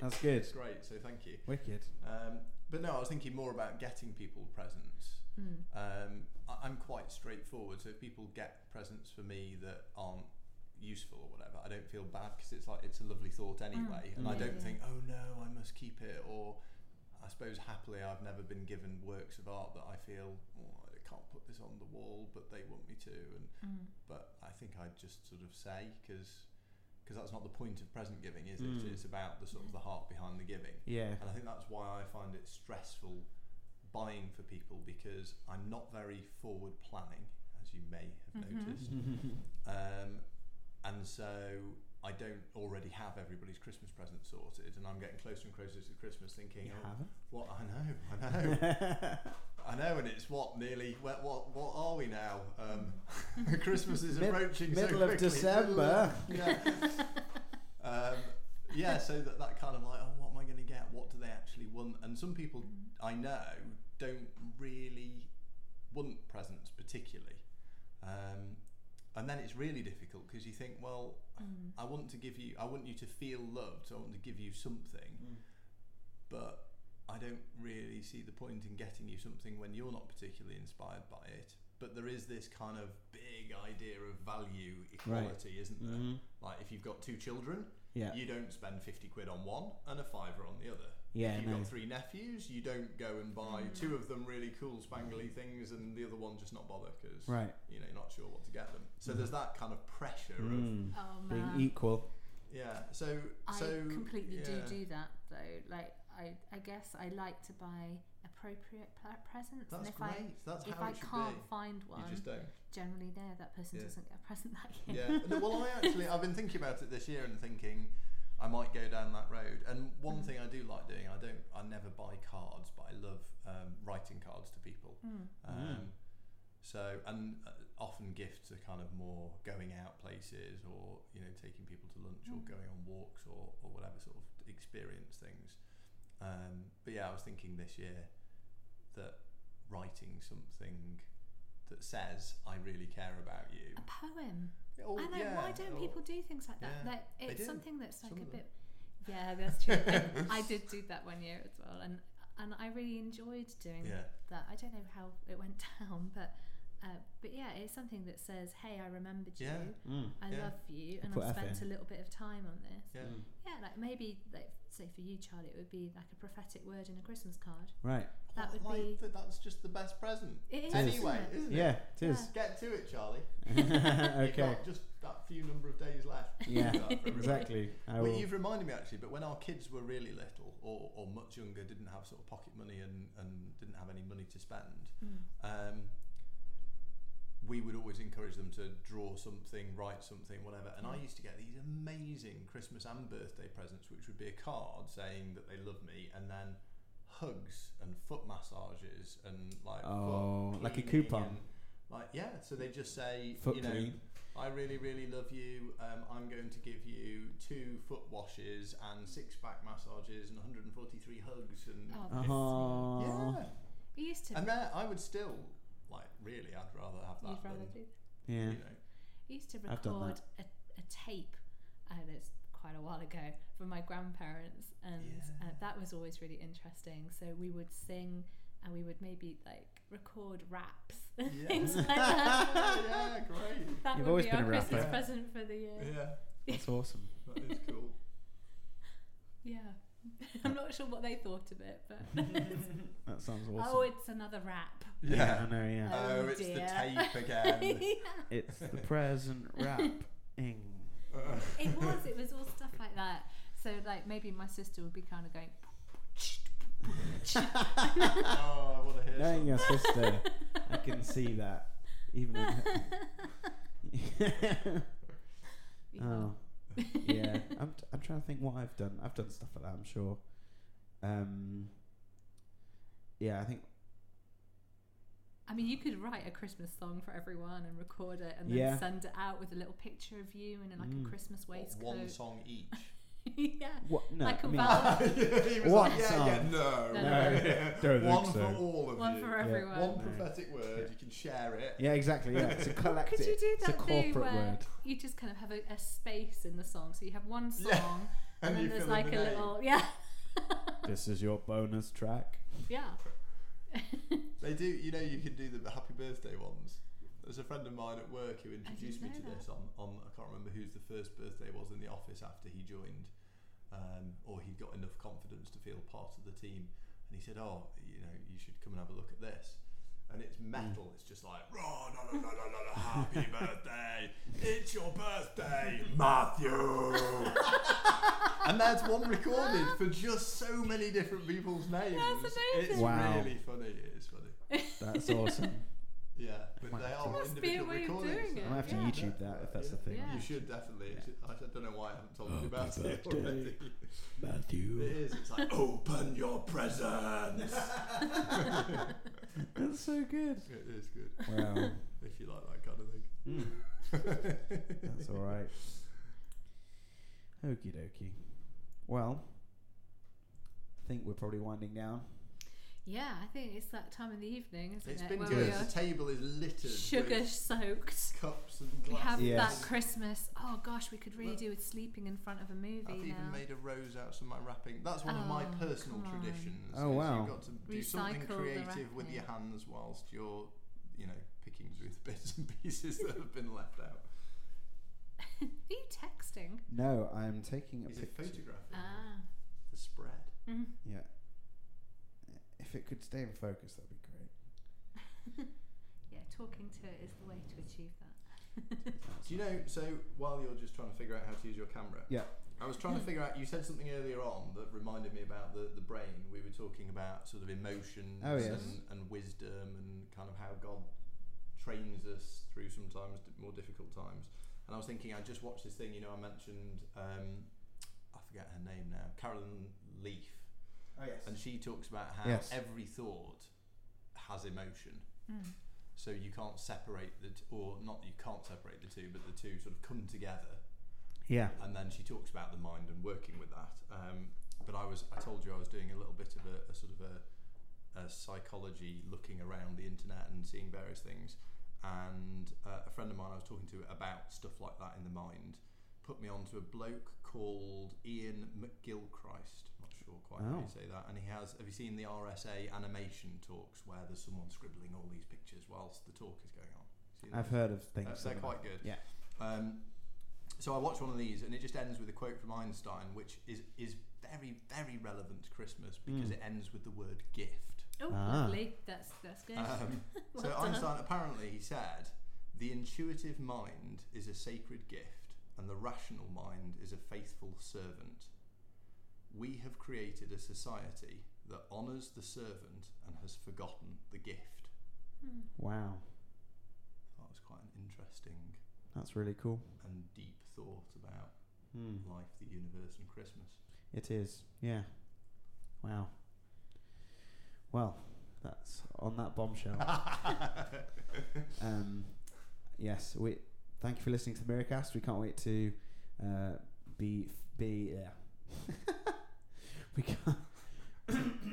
That's good.
It's great. So thank you.
Wicked.
Um, but no, I was thinking more about getting people presents.
Mm.
Um, I, I'm quite straightforward, so if people get presents for me that aren't useful or whatever, I don't feel bad because it's like it's a lovely thought anyway, and I
Mm. Yeah,
don't
yeah.
think, oh no, I must keep it, or I suppose happily I've never been given works of art that I feel oh, I can't put this on the wall, but they want me to, and
Mm.
but I think I'd just sort of say because that's not the point of present giving, is it?
Mm.
It's about the sort of the heart behind the giving.
Yeah.
And I think that's why I find it stressful buying for people because I'm not very forward planning, as you may have
Mhm.
Mm-hmm.
noticed. Um, and so I don't already have everybody's Christmas present sorted, and I'm getting closer and closer to Christmas thinking,
you
oh,
haven't?
what? I know, I know. I know, and it's what nearly. What what, what are we now? Um, Christmas is
Mid-
approaching. so
middle of
quickly.
December.
yeah. um, yeah. So that that kind of like, oh, what am I going to get? What do they actually want? And some people
Mm.
I know don't really want presents particularly. Um, and then it's really difficult because you think, well,
Mm.
I want to give you, I want you to feel loved. So I want to give you something, but I I don't really see the point in getting you something when you're not particularly inspired by it. But there is this kind of big idea of value equality, isn't there?
Mhm.
Like if you've got two children,
Yeah.
you don't spend 50 quid on one and a fiver on the other.
Yeah,
if you've
no.
got three nephews, you don't go and buy
Mm.
two of them really cool spangly things and the other one just not bother because
Right.
you know you're not sure what to get them. So there's that kind of pressure of
Mm.
Oh
Being
man.
equal.
yeah. So
I
e- so
completely
yeah.
do do that though. Like I, I guess I like to buy appropriate pl- presents,
That's
and if
great.
I
That's
if
how
I
it should
can't
be.
find one,
you just don't.
generally there that person
Yeah.
doesn't get a present that year.
yeah. No, well, I actually I've been thinking about it this year and thinking I might go down that road. And one
Mm.
thing I do like doing, I don't, I never buy cards, but I love um, writing cards to people.
Mm.
Um,
Mm.
So and uh, often gifts are kind of more going out places or you know taking people to lunch or going on walks or or whatever sort of experience things. Um, but yeah, I was thinking this year that writing something that says I really care about you.
A poem.
Or-
I know.
Oh, yeah,
why don't
or-
people do things like that?
yeah,
Like
they
it's
do,
something that's like
some
a
of them.
bit. Yeah, that's true. I, I did do that one year as well, and and I really enjoyed doing
Yeah.
that. I don't know how it went down, but uh, but yeah, it's something that says, "Hey, I remembered
Yeah.
you.
Mm.
I
Yeah.
love you, and
Put
I
effort
spent
in.
a little bit of time on this."
Yeah.
Mm.
Yeah, like maybe, like say for you, Charlie, it would be like a prophetic word in a Christmas card.
Right.
That would
Like,
be-
th- that's just the best present.
It is,
It is.
Anyway,
isn't it?
isn't it?
Yeah, it is.
Get to it, Charlie. You've
okay.
got just that few number of days left.
Yeah,
Do that for everyone.
Exactly. I
Well,
will.
you've reminded me actually, but when our kids were really little or, or much younger, didn't have sort of pocket money and, and didn't have any money to spend,
Mm.
um, we would always encourage them to draw something, write something, whatever. And I
Mm.
used to get these amazing Christmas and birthday presents, which would be a card saying that they love me, and then hugs and foot massages and like
Oh,
foot
like a
cleaning
coupon.
and, like yeah, so they just say
Foot
you know
clean.
I really, really love you. Um, I'm going to give you two foot washes and six back massages and 143 hugs and
Oh, that's sweet.
Oh.
yeah.
We used to.
And there, I would still like really. I'd rather have that
You'd rather
than
do
Yeah.
you know.
I used to
I've done
record a, a tape, uh, that's quite a while ago, from my grandparents, and uh, that was always really interesting. So we would sing and we would maybe like record raps and
Yeah.
things like that.
yeah, great.
That
You've
would
always
be
been
our
a rapper.
Christmas
Yeah.
present for the year.
Yeah,
That's awesome.
that is cool.
Yeah. I'm not sure what they thought of it, but
That sounds
oh,
awesome.
it's another rap.
I know, yeah.
Oh,
Oh,
it's the
dear.
tape
Um,
again.
Yeah.
It's the present wrapping.
It was. It was all stuff like that. So like maybe my sister would be kind of going.
oh, I want to hear
Knowing
some.
your sister, I can see that. Even with her.
Yeah.
oh, yeah. I'm, I'm trying to think what I've done. I've done stuff like that, I'm sure. Um, yeah, I think.
I mean, you could write a Christmas song for everyone and record it, and then
Yeah.
send it out with a little picture of you and in like
Mm.
a Christmas
What,
waistcoat.
one song each.
yeah.
What? No.
Like
I
a
mean,
val-
he was
One
like, yeah, yeah,
song.
no,
No,
no. Don't think
one
so.
for all of
One
you.
for everyone.
One
No.
prophetic word, you can share it.
yeah, exactly. Yeah, it's a collective.
Could you do
it's a
that
corporate
thing where
word.
you just kind of have a, a space in the song? So you have one song,
Yeah.
and, then
you
there's
fill in
like
the
a
name.
little yeah,
This is your bonus track.
yeah.
They do, you know, you can do the happy birthday ones. There's a friend of mine at work who introduced me
know
to
that.
this on, on, I can't remember whose the first birthday was in the office after he joined, um, or he'd got enough confidence to feel part of the team. And he said, Oh, you know, you should come and have a look at this. And it's
Hmm.
metal, it's just like, "Rah, la, la, la, la, la, la, happy birthday, it's your birthday, Matthew. and that's one recorded for just so many different people's names. It's
amazing.
Wow.
really funny, it is funny.
That's awesome.
Yeah, but
Might
they
have
are
to-
Must be a
individual
way of
recordings.
doing it,
I'm gonna have to
Yeah.
YouTube that if that's the thing.
Yeah.
You should definitely.
Yeah.
it's- I don't know why I haven't told you about
Happy
it
birthday.
already. It
Matthew.
is. It's like open your presents.
That's so good.
it is good
Wow.
if you like that kind of thing.
Mm. That's all right. Okie dokie. Well, I think we're probably winding down.
Yeah, I think it's that time of the evening, isn't
It's
it?
been
where
good.
we
good.
are
The table is littered
sugar
with
soaked.
cups and
We have
glasses.
Yes.
that Christmas. Oh gosh, we could really
Look.
do with sleeping in front of a movie
I've
now.
even made a rose out of my wrapping. That's one of my
Oh,
personal
come on.
traditions.
Oh,
is
wow.
You've got to do something
Recycle the
creative with your hands whilst you're, you know, picking through the bits and pieces that have been left out.
Are you texting?
No, I'm taking a
Is it
picture.
photographing
Ah.
the spread?
Mm.
Yeah. If it could stay in focus, that'd be great.
Yeah, talking to it is the way to achieve that.
Do you know? So while you're just trying to figure out how to use your camera,
Yeah.
I was trying to figure out. You said something earlier on that reminded me about the the brain. We were talking about sort of emotions
Oh, yes.
and, and wisdom and kind of how God trains us through sometimes di- more difficult times. And I was thinking, I just watched this thing. You know, I mentioned um, I forget her name now, Carolyn Leaf,
Oh
and she talks about how
Yes.
every thought has emotion.
Mm.
so you can't separate the t- or not that you can't separate the two but the two sort of come together
Yeah.
and then she talks about the mind and working with that um, but i was i told you i was doing a little bit of a, a sort of a, a psychology looking around the internet and seeing various things and uh, a friend of mine i was talking to about stuff like that in the mind put me onto a bloke called ian mcgilchrist not sure quite how
Oh.
you say that and he has have you seen the rsa animation talks where there's someone scribbling all these pictures whilst the talk is going on Seen
I've
those?
heard of things.
Uh, they're
similar.
quite good.
Yeah.
Um, so I watched one of these, and it just ends with a quote from Einstein, which is is very very relevant to Christmas because
Mm.
it ends with the word gift.
Oh,
Ah.
lovely. That's that's good.
Um,
Well
so
done.
Einstein apparently he said, the intuitive mind is a sacred gift, and the rational mind is a faithful servant. We have created a society that honours the servant and has forgotten the gift.
Mm.
Wow,
That was quite an interesting
that's really cool.
and deep thought about
Hmm.
life, the universe, and Christmas.
It is. Yeah. Wow. Well, that's on that bombshell. um, yes, we thank you for listening to the Miracast. We can't wait to uh, be be yeah. we can't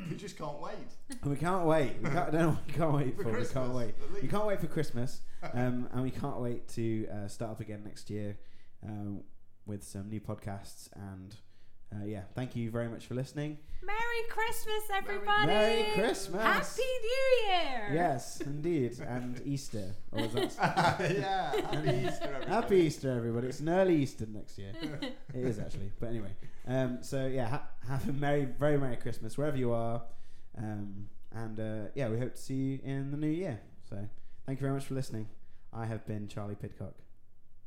you just can't wait
we can't wait. We can't, no, we can't wait
for
for. We
Christmas.
can't wait.
at
We
least.
can't wait for Christmas, um, and we can't wait to uh, start up again next year um, with some new podcasts. And uh, yeah, thank you very much for listening.
Merry Christmas, everybody!
Merry Christmas!
Happy New Year!
Yes, indeed, and Easter. Or was that
yeah, happy Easter, everybody.
Happy Easter, everybody! It's an early Easter next year. it is actually, but anyway. Um, so yeah, ha- have a merry, very merry Christmas wherever you are, um, and uh, yeah, we hope to see you in the new year. So thank you very much for listening. I have been Charlie Pidcock.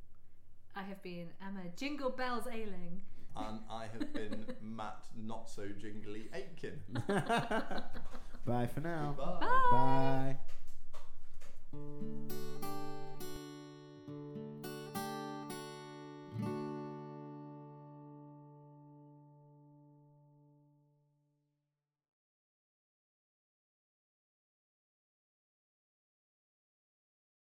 I have been Emma Jingle Bells Ailing.
And I have been Matt, not so jingly Aitken.
Bye for now.
Oh.
Goodbye.
Bye.
Bye.